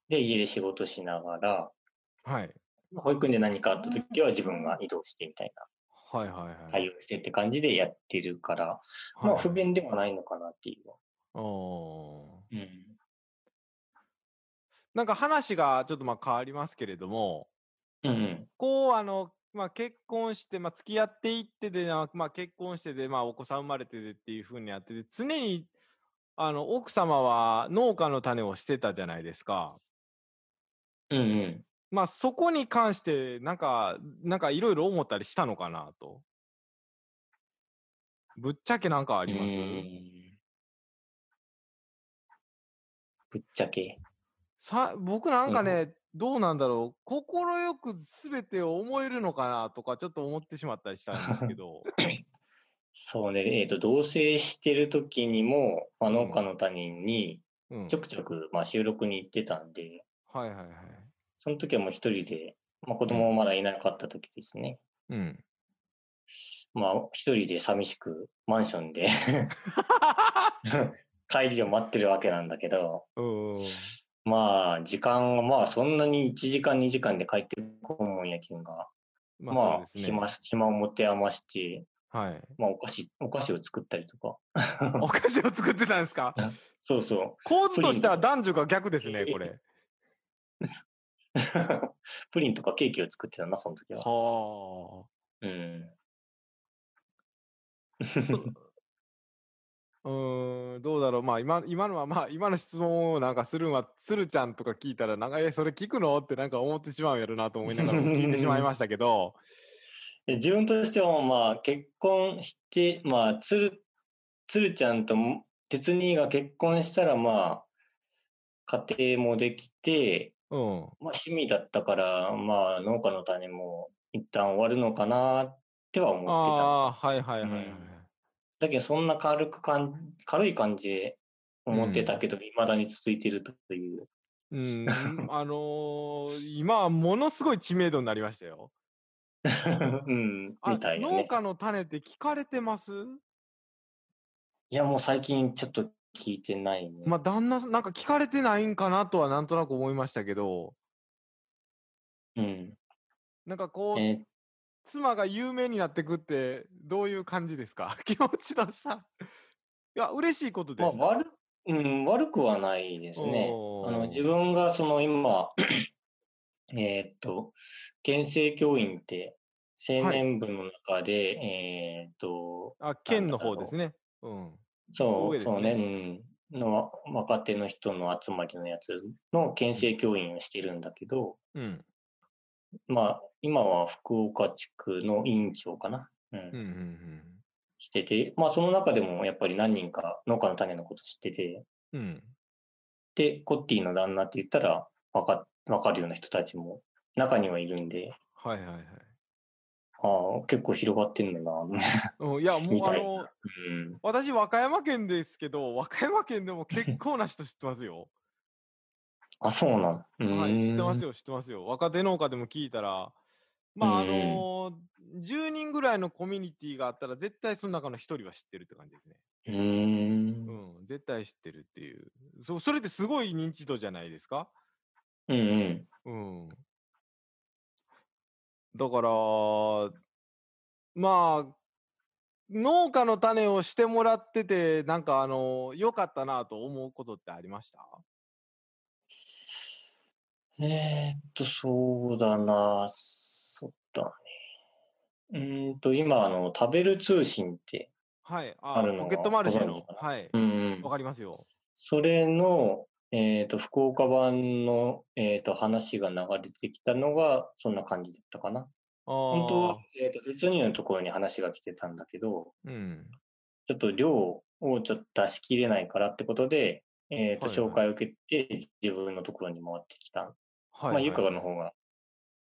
C: で、家で仕事しながら、
A: うんはい
C: 保育園で何かあった時は自分が移動してみたいな。
A: はいはいはい、
C: 対応してって感じでやってるから、
A: はい
C: まあ不便ではないのかなっていう。
A: あー
C: うん。
A: なんか話がちょっとまあ変わりますけれども、
C: うん
A: こうあの、まあ、結婚して、まあ、付き合っていってで、まあ、結婚してで、まあ、お子さん生まれてでっていうふうにやってて常にあの奥様は農家の種をしてたじゃないですか。
C: うん。うんうん。
A: まあそこに関してなんかなんかいろいろ思ったりしたのかなと。ぶっちゃけなんかあ
C: あ
A: ります
C: ぶっちゃけ。
A: さ僕なんか
C: そう
A: ねどうなんだろう快く全てを思えるのかなとかちょっと思ってしまったりしたんですけ
C: (laughs)
A: ど。
C: そうね、えっ、と、同棲してる時にも、まあ、
A: うん
C: 農家の谷に
A: うん、
C: ちょくちょく、まあ、収録に行ってたんで、
A: はいはいはい。
C: その時はもう一人で、まあ、子供もまだいなかった時ですね。
A: うん
C: まあ、一人で寂しくマンショ (laughs) ンで帰りを待ってるわけなんだけど、
A: うん
C: まあ、時間はまあ、そんなに1時間、2時間で帰ってこんもんやけんが、
A: ま
C: ま
A: あ、
C: あ、
A: そうですね。
C: 暇す、暇を持て余して、 (laughs)
A: はい。
C: まあ、お菓子、お菓子を作ったりとか。
A: お菓子を作ってたんですか
C: そう (laughs) そ
A: 構図としたら
C: プリ
A: 男女が逆ですね、これ。
C: う。プリンとかケーキを作ってたな、その時は。
A: は
C: うん。 (laughs)
A: あ。うーん、どうだろう。まあ、今、今のは、まあ、今の質問をなんかするんは、鶴ちゃんとか聞いたら、なんか、え、それ聞くのってなんか思ってしまうんやろなと思いながら
C: (laughs)
A: も聞いてしまいましたけど、
C: で自分としては、まあ、結婚して、まあ、つる、つるちゃんとも鉄兄が結婚したら、まあ、家庭もできて、
A: うん。
C: まあ、趣味だったから、まあ、農家の種も一旦終わるのかなっては思ってた。
A: ああ、はいはいはいはい。
C: うんだけど、そんな軽くかん、軽い感じで思ってたけど、未だに続いてるという。 (laughs)
A: うん、あのー今はものすごい知名度になりましたよ。
C: うん、
A: あ
C: みたいな
A: 農
C: ね。
A: 家の種って聞かれてます
C: いや、もう最近ちょっと聞いてないね。
A: まあ、旦那さん、なんか聞かれてないんかなとはなんとなく思いましたけど、
C: うん。
A: なんかこう、
C: え
A: 妻が有名になってくって、どういう感じですか (laughs) 気持ちとしたら。いや、嬉しいことで。
C: ますあ、悪、うん、悪くはないですね。
A: おー
C: あの、自分がその今、 (clears throat) えーっと、県政教員って、青年部の中で、えーっと、
A: あ、県の方ですね。うん。
C: そ
A: 上
C: う、
A: ですね
C: そうね、うん。の若手の人の集まりのやつの県政教員をしてるんだけど、
A: うん。
C: まあ、今は福岡地区の委員長かな。うん。
A: うん。うんうん。
C: してて、まあ、その中でもやっぱり何人か農家の種のこと知ってて、
A: うん。
C: で、コッティの旦那って言ったら、わかっわかるような人たちも中にはいるんで、
A: はいはいはい
C: ああ、結構広がってんだな。
A: うん、いやもう
C: み
A: あ
C: たい
A: の
C: うん。
A: 私和歌山県ですけど和歌山県でも結構な人知ってますよ、
C: あ、そうなん。うーん
A: はい、知ってます。よ知ってますよ若手農家でも聞いたらまああ
C: うん
A: のー10人ぐらいのコミュニティがあったら絶対その中の1人は知ってるって感じですね
C: うー。
A: うんん絶対知ってるっていうそそれってすごい認知度じゃないですか
C: うんうん。
A: うん。だから、まあ、農家の種をしてもらってて、なんかあの、良かったなと思うことってありました
C: えーっと、そうだな、そうだね。うーんと、今、あの、食べる通信って、
A: はい。あ
C: あるのは
A: ポケットマルシェ
C: ご存
A: の
C: 知。か
A: はい。
C: うんうん
A: わかりますよ。
C: それの、えーっと、福岡版の、えーっと、話が流れてきたのが、そんな感じだったかな。本
A: 本
C: 当は、えーっと、鉄人のところに話が来てたんだけど、
A: うん。
C: ちょっと量をちょっと出し切れないからってことで、えーっと、
A: はいはい
C: 紹介を受けて、自分のところに回ってきた。
A: はい、
C: まあ、ゆか
A: はい
C: の方が、
A: う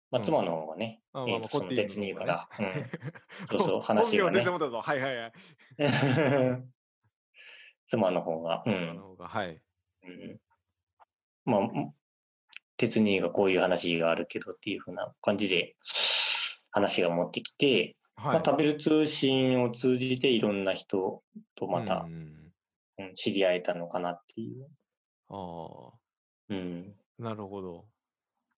C: まあ、
A: ん
C: 妻の方がね、
A: あまあ
C: え
A: まあ
C: ーと
A: コッテ
C: その
A: ィ
C: 別にいい
A: の方
C: か
A: がね
C: ら、
A: (laughs)
C: うん、そうそう話が
A: 本名
C: ね
A: 出てもらったぞ。はいはいはい。
C: (laughs) 妻の方が、う
A: あの
C: ん。
A: 方がはい。
C: うんまあ、ん鉄兄がこういう話があるけどっていうふうな感じで、話が持ってきて、
A: はい。
C: まあ、食べる通信を通じていろんな人とまた
A: う、ん
C: うん知り合えたのかなっていう。
A: あ
C: うん。
A: あ、なるほど。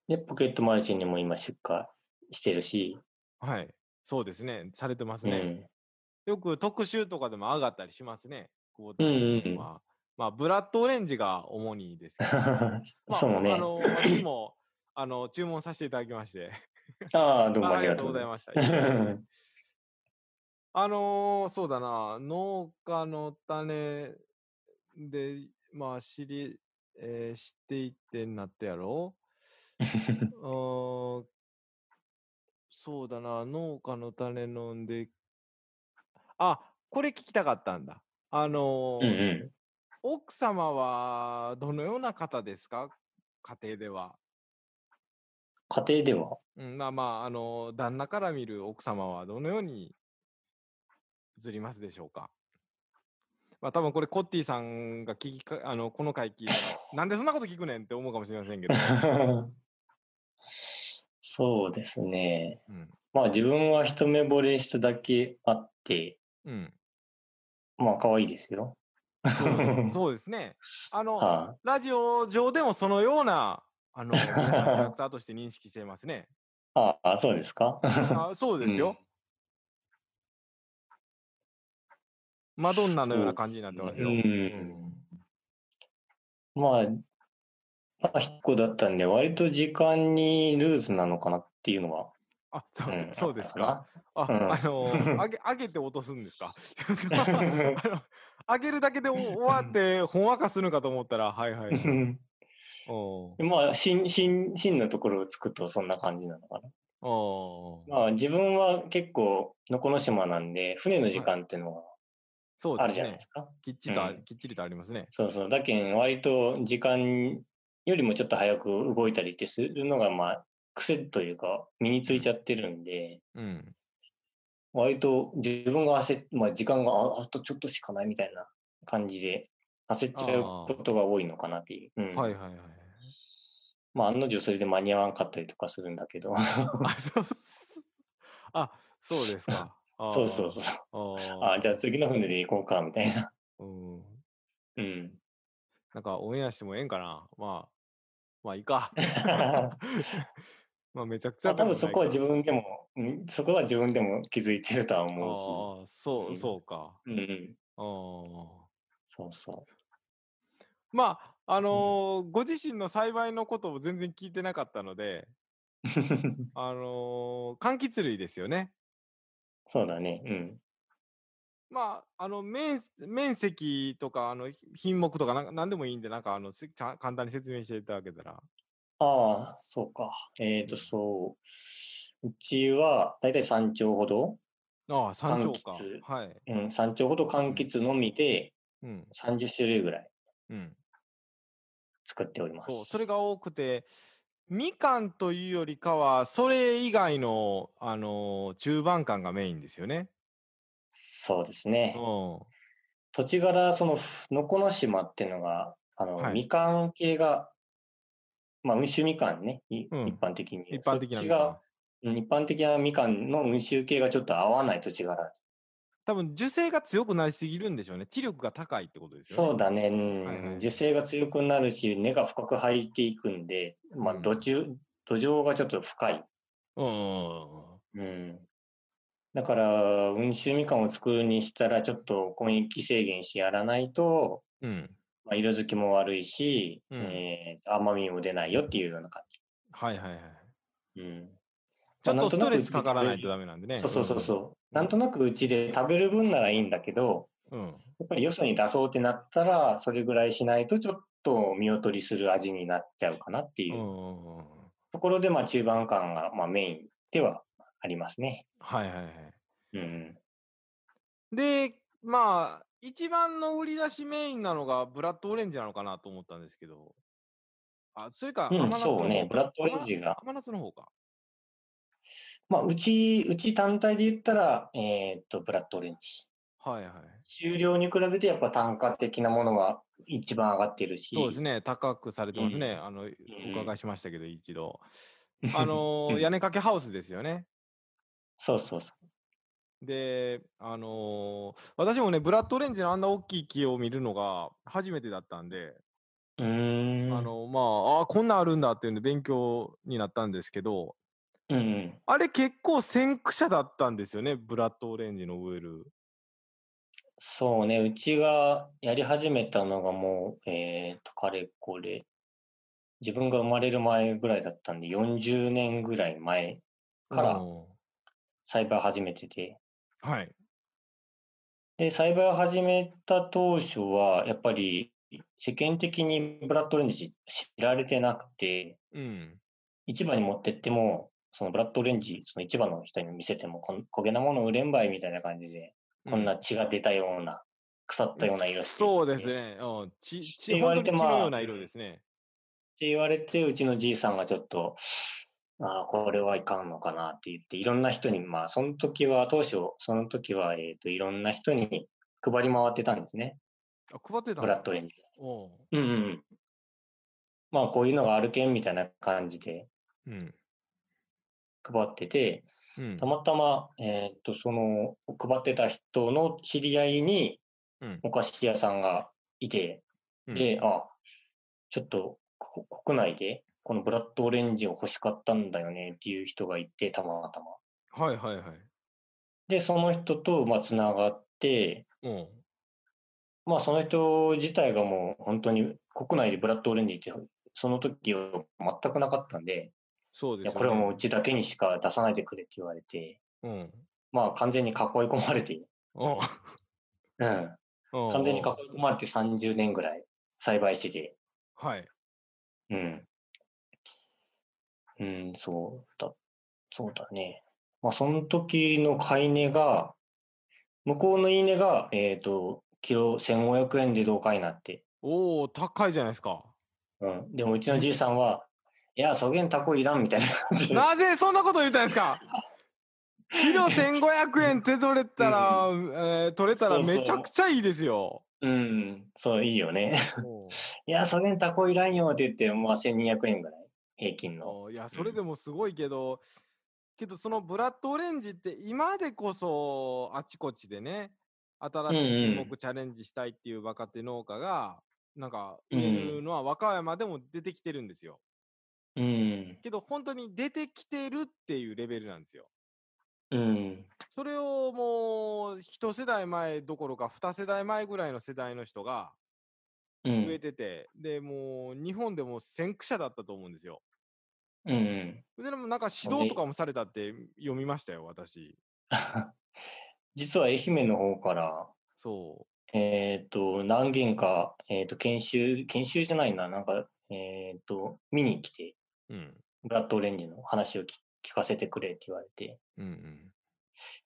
C: で、ポケットマルシェにも今出荷してるし、
A: はい。そうですね。されてます
C: う
A: ね。
C: ん。 (laughs)
A: よく特集とかでも上がったりしますね。こう
C: うんうんうん
A: まあまあ、ブラッドオレンジが主にですけ
C: (laughs)
A: どまあ
C: そうね。
A: あの、私も、あの、注文させていただきまして。
C: ああ、どうも
A: (laughs) あ
C: あ
A: り
C: り
A: が
C: が
A: とう
C: とう
A: ご
C: ご
A: ざ
C: ざ
A: いま
C: いま
A: し
C: す。
A: た。いえいえあのーそうだな、農家の種で、まあ、知り、えー知っていってなってやろううーんそうだな、農家の種飲んで、あ、これ聞きたかったんだ。あの
C: (laughs) うん
A: ー
C: う
A: 奥様はどのような方ですか家庭では。
C: ん。家庭では、
A: うん、まあまあ、あの、旦那から見る奥様はどのように映りますでしょうか。まあ多分これコッティさんが聞きか、あの、この回聞いた
C: (laughs)
A: ら、なんでそんなこと聞くねんって思うかもしれませんけど。
C: (laughs) そうですね。
A: うん。
C: まあ自分は一目惚れしただけあって、
A: うん。
C: まあ可愛いですよ。
A: そうですそうですね。あの、
C: (laughs) は
A: ラジオ上でもそのような、あの、皆さんキャラクターとして認識しています
C: (laughs)
A: ね。
C: いああ、そうですか
A: あそうですよ。マドンナのような感じになってますよ。
C: うんまあ、まあ、引っ子だったんで、割と時間にルーズなのかなっていうのは、
A: あ、そう
C: うん
A: そうですか。あ、
C: うん
A: あのー、あげ、あげて落とすんですか。 (laughs) ちょっとあの、あげるだけでお終わって、ほんわかするのかと思ったら、はいは
C: あったか (laughs)
A: い。
C: な。
A: おー
C: まあ、真、真、真のところをつくとそんな感じなのかな。
A: おー。
C: まあ、自分は結構、のこの島なんで、船の時間っていうの
A: そう
C: があ
A: で
C: る
A: す
C: じゃないで
A: ね
C: す。か。
A: きっちりとあ、
C: うん
A: きっちりとありますね。
C: そうそう。だけん、割と時間よりもちょっと早く動いたりってするのが、まあ、癖というか、身についちゃってるんで、
A: うん。
C: 割と自分が焦っ、まあ、時間がああとちょっとしかないみたいな感じで、焦っちゃうことが多いのかなっていう。うん
A: はい
C: (laughs)
A: はいはい。
C: まあ、案の定それで間に合わんかったりとかするんだけど、
A: あ、そうっす。 (laughs) あ、そうです
C: (laughs)
A: か。
C: (laughs) そうそうそう。
A: う。
C: あ、じゃあ次の船で行こうか、みたいな。
A: あー。うん。
C: うん。
A: なんかオンエアしてもええんかなまあ、まあいい
C: (laughs)
A: か。まあめちゃくち
C: ま
A: ゃ
C: あ、
A: で
C: 多
A: も
C: 分そこは
A: ない
C: 自
A: けど
C: 分でも、うんそこは自分でも気づいてるとは思うし。
A: ああ、そうう、
C: ん
A: そうか。
C: うんうん。
A: ああ。
C: そうそ
A: (laughs) まあ、あのーご自身の栽培のことを全然聞いてなかったので、
C: う。
A: あのー柑橘類ですよね。
C: そうだね。うん。
A: まあ、あの面面積とかあのひ品目とかなんか何でもいいんでなんかあのせちゃん簡単に説明していただけたら。
C: ああ、そうか。えっ、と、そう。うちは、だいたい3丁ほど、
A: ああ山頂か
C: 柑橘。
A: はい。
C: うん、3丁ほど柑橘のみで
A: うん
C: 30種類ぐらい
A: うん。
C: 作っております。
A: そうそれが多くてみかんというよりかは、それ以外の、あのー中盤感がメインですよね。
C: そうですね
A: う。ん。
C: 土地柄、その、のこの島っていうのが、あの、
A: はい
C: みかん系が、まあ、温州みかんね、い
A: うん
C: 一般的に。
A: 一般的な
C: そっ
A: み
C: ち
A: か
C: が
A: ん。
C: うん一般的なみかんの温州系がちょっと合わない土地柄。
A: 多分、受精が強くなりすぎるんでしょうね。知力が高いってことですよね。
C: そうだね。う
A: はいはい
C: ん樹勢が強くなるし、根が深く入っていくんで、まあ、
A: うん
C: 土壌、土壌がちょっと深い。
A: うんうんうんうん。
C: うん。だから、温州みかんを作るにしたら、ちょっと根域制限してやらないと、
A: うん。
C: まあ、色づきも悪いし、
A: うん
C: えー甘みも出ないよっていうような感
A: はいはいはい。
C: じ。うん。
A: ちょっとストレス
C: ま
A: か
C: あ
A: からないとダメなんでね。
C: そうそうそうそう。
A: ん
C: なんとなくうちで食べる分ならいいんだけど、
A: うん。うん。
C: やっぱりよそに出そうってなったら、それぐらいしないとちょっと見劣りする味になっちゃうかなっていううん
A: うんうんうん。
C: ところで、まあ中盤感が、まあ、メインではありますね。
A: はいはいはい。
C: うん。
A: で、まあ、一番の売り出しメインなのがブラッドオレンジなのかなと思ったんですけど。あ、それか、
C: うん
A: 甘夏の方
C: そうねブラッドオレンジが
A: 甘夏の方か。
C: まあ、うち、うち単体で言ったら、えーっと、ブラッドオレンジ。
A: はいはい。
C: 終了に比べてやっぱ単価的なものが一番上がってるし。
A: そうですね、高くされてますね。
C: う
A: あの、お
C: ん
A: 伺いしましたけど、一度。あのー、
C: うん
A: 屋根掛けハウスですよね。
C: (laughs) そうそうそ
A: で、あのー私もね、ブラッドオレンジのあんな大きい木を見るのが初めてだったんで、
C: う。うーん。
A: あ、の、まあ、あーこんなんあるんだっていうんで勉強になったんですけど、
C: うんうん。
A: あれ結構先駆者だったんですよね、ブラッドオレンジの植える。
C: そうね、うちがやり始めたのがもう、えーっと、かれこれ、自分が生まれる前ぐらいだったんで、40年ぐらい前から
A: うん
C: 栽培始めてて、
A: はい。
C: で、栽培を始めた当初は、やっぱり世間的にブラッドオレンジ知られてなくて、
A: うん。
C: 市場に持ってっても、そのブラッドオレンジ、その市場の人に見せても、こん焦げなもの売れんばいみたいな感じで、こんな血が出たような、腐ったような色して
A: そうです
C: っ
A: ね。うん。ち、ち、
C: 言われて
A: 本当に血
C: ま
A: の
C: あ
A: ような色ですね。
C: て言われて、うちのじいさんがちょっと、ああ、これはいかんのかなって言って、いろんな人に、まあ、その時は、当初、その時は、えっと、いろんな人に配り回ってたんですね、
A: あ、配ってた
C: ブラッドオレンジ。
A: お
C: うんうん。まあ、こういうのがあるけんみたいな感じで
A: うん。うん。
C: 配ってて、
A: うん
C: たまたま、えーっと、その、配ってた人の知り合いに
A: うん、
C: お菓子屋さんがいて、
A: うん
C: で、あ、ちょっと、こ国内で、このブラッドオレンジを欲しかったんだよねっていう人がいて、たまたま。
A: はいはいはい。
C: で、その人と、まあ、つながって、
A: うん。
C: まあ、その人自体がもう、本当に、国内でブラッドオレンジって、その時は全くなかったんで、
A: そうで
C: い
A: す
C: や
A: よね。
C: これはもううちだけにしか出さないでくれって言われて、
A: うん。
C: まあ完全に囲い込まれて、
A: うん。
C: うん、
A: うん
C: 完全に囲い込まれて30年ぐらい栽培してて、
A: はい。
C: うん。うん、そうだ、そうだね。まあその時の買い値が、向こうのいいねが、えっ、と、キロ1500円でどうかいなって。
A: おお、高いじゃないですか。
C: うん。でもうちのじいさんは、いや、そげんタコいらんみたいな感じで。
A: なぜそんなこと言ったんです
C: (laughs)
A: かキロ1500円手取れたら、えー取れたら
C: そうそう
A: めちゃくちゃいいです
C: (laughs)
A: よ。
C: うん、そう、いいよね。
A: おう
C: いや、そげんタコいらんよって言って、まあ1200円ぐらい、平均の。
A: おういや、それでもすごいけど、けどそのブラッドオレンジって今でこそあちこちでね、新しい
C: うん
A: 品
C: うん
A: 目チャレンジしたいっていう若手農家が、なんか
C: うん
A: 植えるのは和歌山でも出てきてるんですよ。
C: うん。
A: けど本当に出てきてるっていうレベルなんですよ。
C: うん。
A: それをもう一世代前どころか二世代前ぐらいの世代の人が
C: う
A: 植え
C: ん。
A: てて、でもう日本でも先駆者だったと思うんですよ。
C: うん。 (laughs)
A: ででもなんか
C: そ
A: 指導
C: れ
A: とかもされたって読みましたよ私。
C: 実は愛媛の方から、
A: そ
C: えっ、と、何件か、えっ、と、研修、研修じゃないな、なんか、えっ、と、見に来て、
A: う。うん。
C: ブラッドオレンジの話を聞聞かせてくれって言われて、
A: うん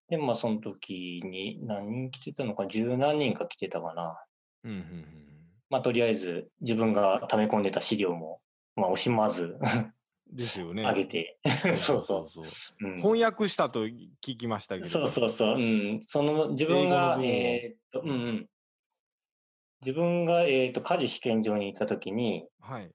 C: で、まあ、その時に何人来てたのか、十何人か来てたかな。
A: うん。うんうん
C: まあ、とりあえず、自分が溜め込んでた資料も、まあ、惜しまず、
A: ですよね。
C: 上げて。そうそう
A: (laughs) そう
C: う。うん
A: 翻訳したと聞きましたけど。
C: そうそうそう。うん。その自分が、
A: 英
C: えーっと、うんうん。自分が、えーっと、家事試験場に行った時に、
A: はい。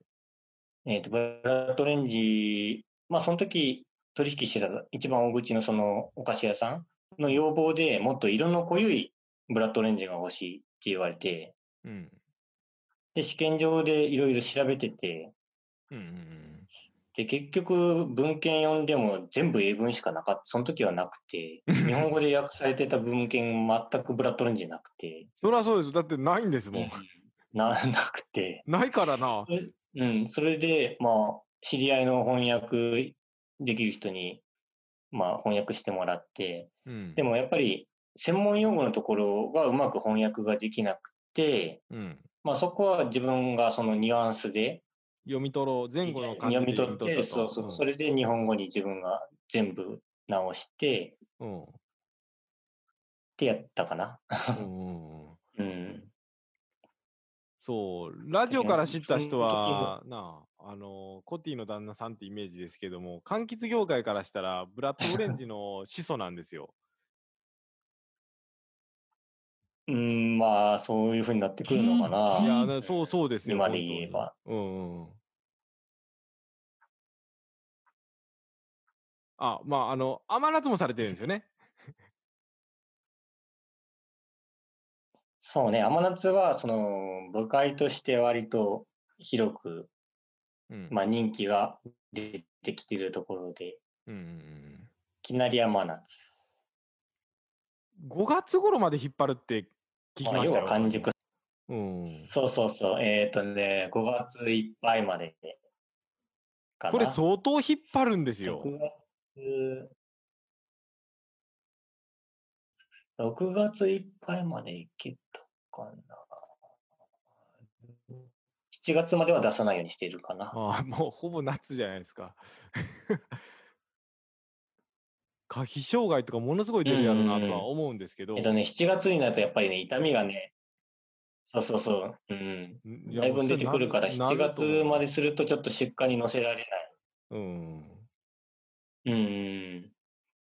C: えーっと、ブラッドレンジ、まあその時取引してた一番大口のそのお菓子屋さんの要望でもっと色の濃ゆいブラッドレンジが欲しいって言われて、
A: うん。
C: で、試験場でいろいろ調べてて、
A: うんうんうん。
C: で、結局、文献読んでも全部英文しかなかった、その時はなく
A: (laughs)
C: て、日本語で訳されてた文献全くブラッドレンジなくて、
A: そりゃそうです。だってないんですもん。
C: な、なくて、
A: ないからな。
C: うん、それで、まあ、知り合いの翻訳できる人に、まあ、翻訳してもらって、
A: うん。
C: でもやっぱり、専門用語のところはうまく翻訳ができなくて、
A: うん。
C: まあ、そこは自分がそのニュアンスで、
A: 読み取ろう。前後の感じ
C: 読み取って、
A: た
C: そう
A: と
C: そう、それで日本語に自分が全部直して、
A: うん。うん
C: ってやったかな。
A: うんうんうん。
C: うん。
A: そう、ラジオから知った人は、なあ、あの、コティの旦那さんってイメージですけども、柑橘業界からしたら、ブラッドオレンジの始祖なんです
C: (laughs)
A: よ。
C: うん、まあ、そういうふうになってくるのかな。
A: いや、なそうそうですよ。
C: 今で言えば
A: 本当に。うん、うん。あ、まあ、あの、甘夏もされてるんですよね。
C: そうね、甘夏は、その、部会として割と広く、
A: うん。
C: まあ、人気が出てきてるところで、
A: うんうんうん
C: きなり甘夏。
A: 5月頃まで引っ張るって聞き
C: ま
A: まし
C: あ、要
A: た
C: は
A: よ。
C: 完熟。
A: うん。
C: そうそうそう。えっ、とね、5月いっぱいまでかな。
A: これ相当引っ張るんですよ。
C: 6月、6月いっぱいまでいけたかな。7月までは出さないようにしているかな。
A: ああ、もうほぼ夏じゃないですか。 (laughs) 可否障害とかものすごい出るやろうなとは思うんですけど、
C: えっとね、7月になるとやっぱりね、痛みがね、そうそうそう、うん。
A: んいや
C: だいぶ出てくるから、
A: それ
C: 7
A: なると思
C: 月
A: う
C: までするとちょっと出荷に乗せられ
A: うん。
C: ない。うん。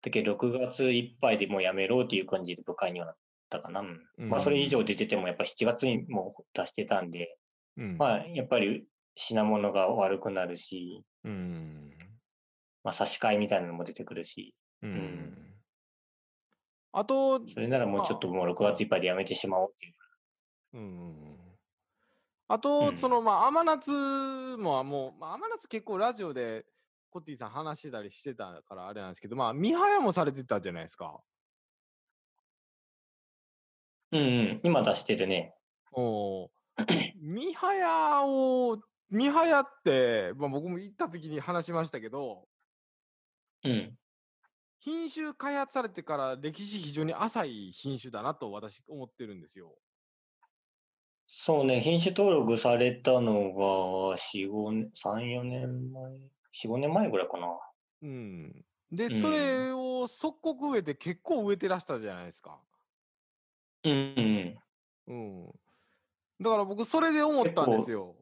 C: だけど、6月いっぱいでもうやめろっていう感じで部会にはなったかな。うんまあ、それ以上出てても、やっぱ7月にもう出してたんで、
A: うん、
C: まあ、やっぱり品物が悪くなるし、
A: うん。
C: まあ、差し替えみたいなのも出てくるし、
A: うん。
C: ん
A: あと、
C: それならもうちょっともう6月いっぱいでやめてしまおうっていう。
A: うん。あと、
C: うん
A: その、まあ、甘夏も、もう、まあ、甘夏結構ラジオで、コッティさん話してたりしてたからあれなんですけど、まあ、ミハヤもされてたじゃないですか。
C: うんうん、今出してるね。
A: おーミハヤを、ミハヤって、まあ、僕も行った時に話しましたけど、
C: うん。
A: 品種開発されてから歴史非常に浅い品種だなと私思ってるんですよ。
C: そうね、品種登録されたのが、4、5年、3、4年前、4、5年前ぐらいかな。
A: うん。で、
C: ん
A: それを即刻植えて結構植えてらしたじゃないですか。
C: うんう
A: う
C: ん
A: ん。だから僕それで思ったんですよ。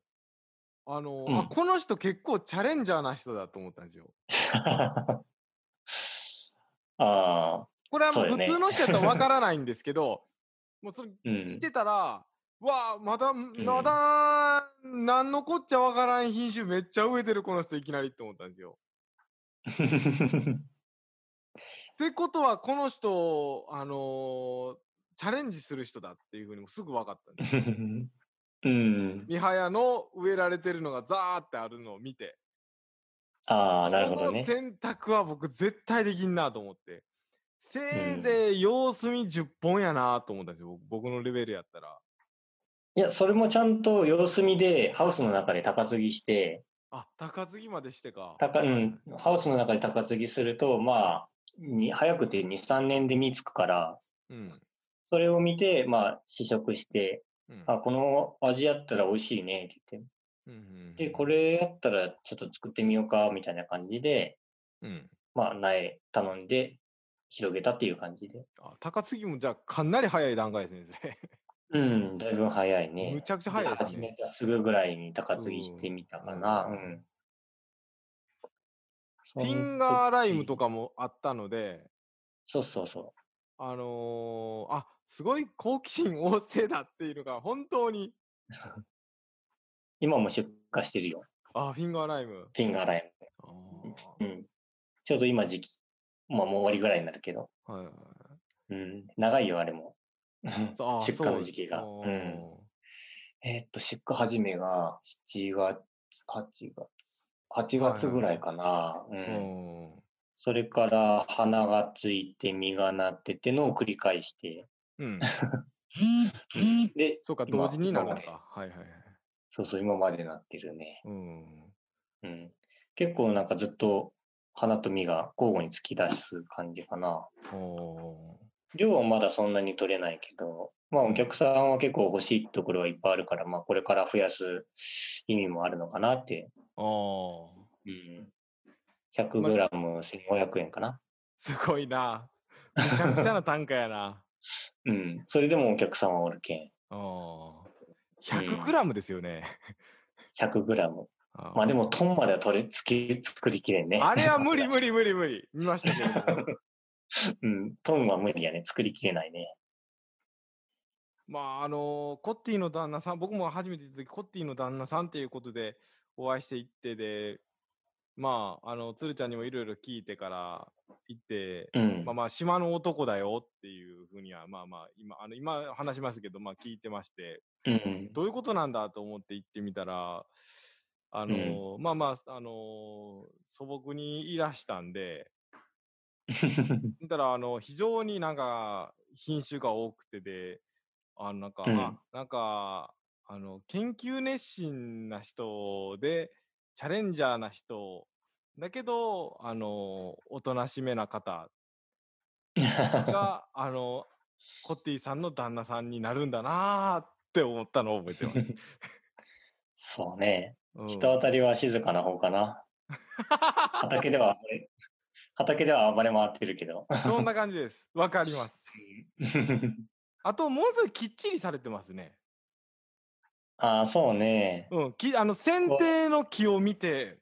A: あの、
C: うん
A: あ、この人結構チャレンジャーな人だと思ったんですよ。
C: うん。 (laughs) ああ、
A: これはもう
C: そうよ
A: 普
C: ね
A: 通の人やったらわからないんですけど、もうそれ
C: う
A: 見
C: ん。
A: てたら、わあ、まだ、まだ、なんのこっちゃわからん品種めっちゃ植えてる、この人いきなりって思ったんですよ。ってことは、この人、あのーチャレンジする人だっていうふうにもすぐ分かったんです。
C: (laughs) うん。
A: ミハヤの植えられてるのがザーってあるのを見て、
C: あ
A: こ
C: あ、なるほど
A: の
C: ね。
A: 選択は僕絶対できんなと思って、せいぜい様子見10本やなと思ったんですよ、僕僕のレベルやったら。
C: いや、それもちゃんと様子見で、ハウスの中で高継ぎして、
A: あ、高杉までしてか。
C: 高うん、ハウスの中で高継ぎすると、まあ、に早くて2、3年で実つくから、
A: うん。
C: それを見て、まあ、試食して、
A: うん
C: あ、この味やったら美味しいね、って言っ
A: うんうん
C: て。で、これやったらちょっと作ってみようか、みたいな感じで、
A: うん。
C: まあ、苗頼んで、広げたっていう感じで。
A: あ、高杉もじゃあかなり早い段階ですね、それ。
C: うん、だいぶ早いね。
A: むちゃくちゃ早いですね
C: で始めたすぐぐらいに高継ぎしてみたかな。
A: う
C: うんん。フ
A: フィンガーライムと。かもあったので、
C: そうそうそ
A: あのーあすごい好奇心旺盛だっていうのが本当に
C: う。今も出荷してるよ。
A: あフィンガーライム
C: フィンガーライ
A: あ
C: ム。うん。ちょうど今時期。まあもう終わりぐらいになるけど。
A: ーはいはい
C: うん。長いよ、あれも。
A: そうあー
C: 出荷の時期が
A: そう
C: うんえーっと、出荷始めが7月、8月、8月ぐらいかな。
A: う
C: うん。
A: ん
C: それから花がついて実がなってってのを繰り返して。 (laughs)
A: うん、
C: で、
A: そうか
C: 今
A: 同時になるの
C: 今まで
A: かはいはいはい
C: そうそう、今までなってるね。
A: うん
C: うん。結構なんかずっと花と実が交互に突き出す感じかな。
A: お
C: 量はまだそんなに取れないけど、まあお客さんは結構欲しいところはいっぱいあるから、まあこれから増やす意味もあるのかなって。
A: ーおー
C: うん。100グラム1500円かな。
A: すごい
C: (laughs)
A: なめちゃくちゃな単価やな
C: うん。それでもお客さんはおるけん。
A: お
C: うん
A: 100グラムですよね、
C: 100グラム。
A: あー
C: まあでもトンまでは取れ、つき、作りきれんね。
A: あれ
C: (laughs)
A: は無理
C: さ
A: 無理無理無理見ましたけれども
C: すがに。うん。トンは無理やね。作りきれないね。
A: まああのコッティの旦那さん僕も初めて行った時コッティの旦那さんっていうことでお会いして行ってでまああの鶴ちゃんにもいろいろ聞いてから行って、
C: うん。
A: まあまあ島の男だよっていうふうにはまあまあ今あの今話しますけどまあ聞いてまして
C: (laughs) うん。
A: どういうことなんだと思って行ってみたらあの、まあまああの素朴にいらしたんで、見たらあの非常になんか品種が多くてであのなんか、
C: うん
A: あなんかあの研究熱心な人でチャレンジャーな人だけどあのおとなしめな方が
C: (laughs)
A: あのコッティさんの旦那さんになるんだなーって思ったのを覚えてます。
C: そうね。
A: うん
C: 人当たりは静かな方かな。畑では暴れ、畑では暴れ回ってるけど。
A: そん (laughs) な感じです。わかります。あともうすごいきっちりされてますね。
C: (laughs) ああ、そうね。
A: うん、き
C: (laughs)
A: あの剪定の木を見て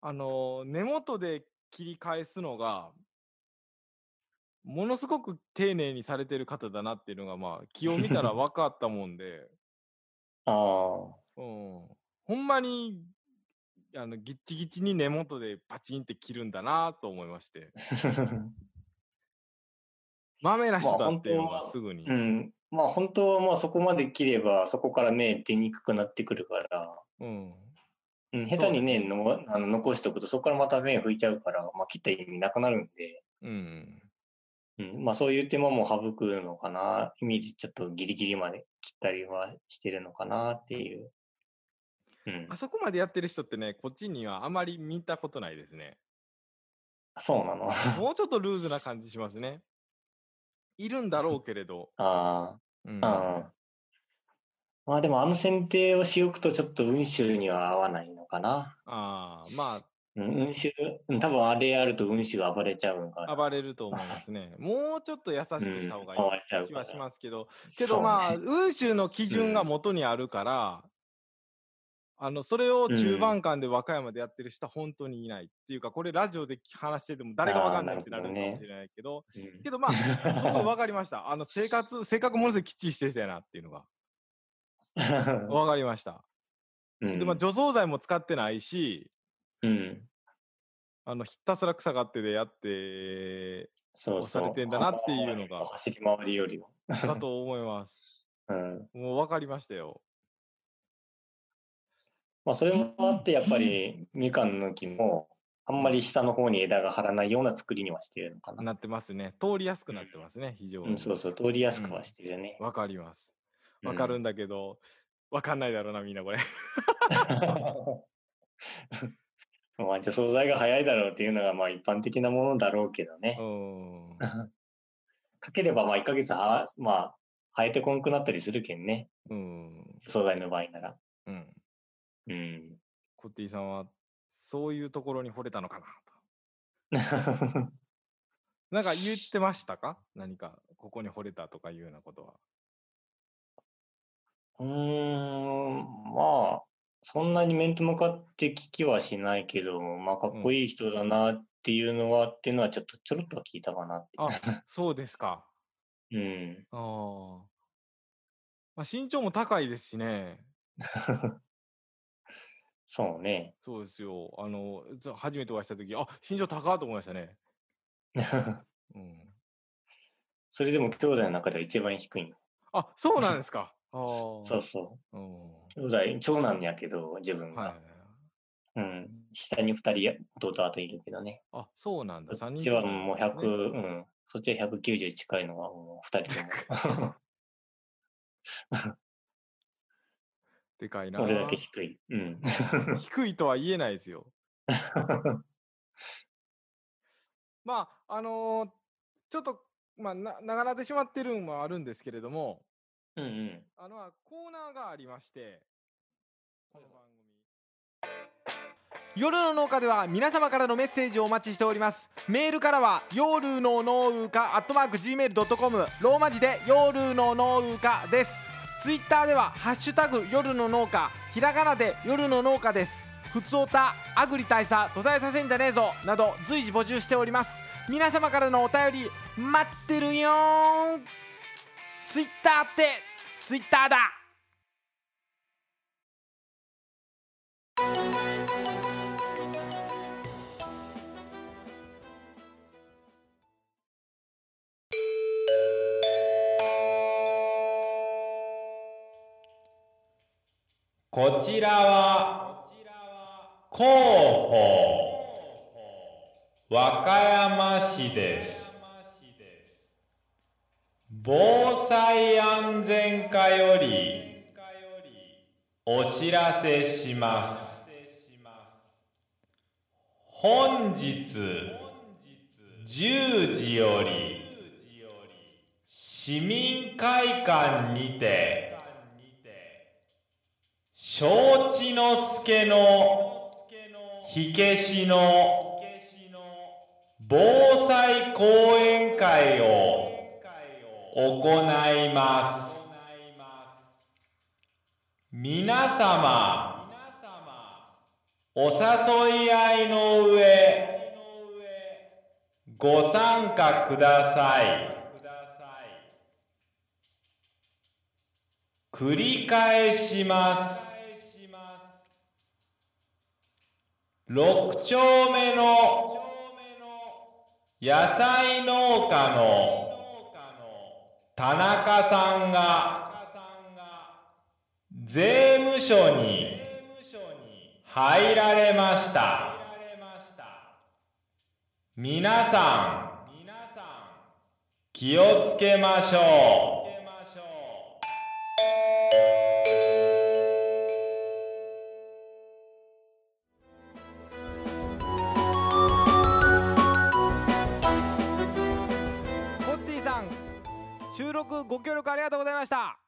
A: あの根元で切り返すのがものすごく丁寧にされてる方だなっていうのがまあ気を見
C: (laughs)
A: たら分かったもんで、
C: (laughs) ああ、
A: うん、ほんまにあのギッチギチに根元でパチンって切るんだなと思いましてマメな人だっていうの
C: ま
A: が
C: あ本当は
A: すぐに、
C: うん。まあ本当はまあそこまで切れば、そこから芽出にくくなってくるから。
A: うん
C: うん、下手にね、のあの残しておくと、そこからまた目拭いちゃうから、まあ、切った意味なくなるんで、
A: うん、
C: うん、まあそういう手間も省くのかな、意味でちょっとギリギリまで切ったりはしてるのかなっていう。うん
A: あ、そこまでやってる人ってねこっちにはあまり見たことないですね
C: そうなの。あ
A: もうちょっとルーズな感じしますねいるんだろうけれど、
C: (laughs) あ、
A: うん
C: うん。まあでもあの剪定をしおくとちょっと運州には合わないのかな。
A: ああ、ま
C: うん、運州、うん多分あれやると運州が暴れちゃうから。
A: あ、暴れると思います
C: (laughs)
A: ね。もうちょっと優しくした方が
C: うん暴れちゃ
A: いうい気は
C: から
A: しますけど、け
C: け
A: どまあ、運州の基準が元にあるから、あの、それを中盤間で和歌山でやってる人は本当にいない。っていうか、これラジオで話してても誰がわかんないってなるかもし
C: あーなるほどね
A: れないけど、けどまあ、そこ
C: う
A: わかりま
C: (laughs)
A: した。あの、生活、性格ものすごいきっちりしてる人やなっていうのが、
C: ん
A: わかりました。
C: うん
A: で、まあ、除草剤も使ってないし、
C: うん。
A: あの、ひたすら草がってでやって、
C: そうそう。
A: 押されてんだなっていうのが
C: あー走り回りよりも。
A: だと思います。
C: うん。
A: もう分かりましたよ。
C: まあ、それもあって、やっぱり、みかんの木も、あんまり下の方に枝が張らないような作りにはしてるのかな。
A: なってますね。通りやすくなってますね、非常
C: う
A: に
C: ん、。そうそう、通りやすくはしてるね。
A: 分かります。分かるんだけど、分かんないだろうな、みんな
C: (laughs)
A: これ。
C: うん。まあ、じゃあ素材が早いだろうっていうのが、まあ、一般的なものだろうけどね
A: う。ん。
C: (laughs) かければ、まあ、1ヶ月は、まあ、生えてこんくなったりするけんね。
A: うん。
C: 素材の場合なら。
A: うん。
C: うん。 (laughs)
A: コッティさんは、そういうところに惚れたのかなと。なんか言ってましたか何か、ここに惚れたとかいうようなことは。
C: うーん、まあ、そんなに面と向かって聞きはしないけど、まあ、かっこいい人だなっていうのは、っていうのはちょっとちょろっとは聞いたかなって。 (laughs)
A: あそうですか
C: うん。
A: あー、まあ、身長も高いですしね
C: そうね。 (laughs)
A: そうですよあのちょ初めてお会いした時あ身長高いと思いましたね、うん、
C: それでも兄弟の中では一番低いの。
A: あそうなんですかあー、
C: そうそうう。兄弟、長男やけど、自分
A: ん、
C: が。
A: はい
C: うん。下に二人、弟あといるけどね。
A: あそうなんだ
C: そ
A: 3
C: っ
A: 人
C: ちはもう
A: 兄弟なんですね
C: 100、うん。そっちは190近いのはもう二
A: (laughs)
C: 人とも。
A: でかいな
C: 俺だけ低い。うん。
A: (laughs) 低いとは言えない
C: (laughs)
A: ですよまああのーちょっとまあなながらでしまってるんはあるんですけれども
C: うんうん。
A: あのコーナーがありましてこの番組夜の農家では皆様からのメッセージをお待ちしておりますメールからは夜の農家アットマーク Gmail.com ローマ字で夜の農家ですツイッターではハッシュタグ夜の農家ひらがなで夜の農家ですふつおたアグリ大佐途絶えさせんじゃねえぞなど随時募集しております皆様からのお便り待ってるよーんツイッターってツイッターだ
E: こちらは広報和歌山市です防災安全課よりお知らせします本日10時より市民会館にて承知の助の火消しの防災講演会を行います皆様お誘い合いの上ご参加ください繰り返します6丁目の野菜農家の田中さんが税務署に入られました皆さん気をつけましょう
A: ホッティさん収録ご協力ありがとうございました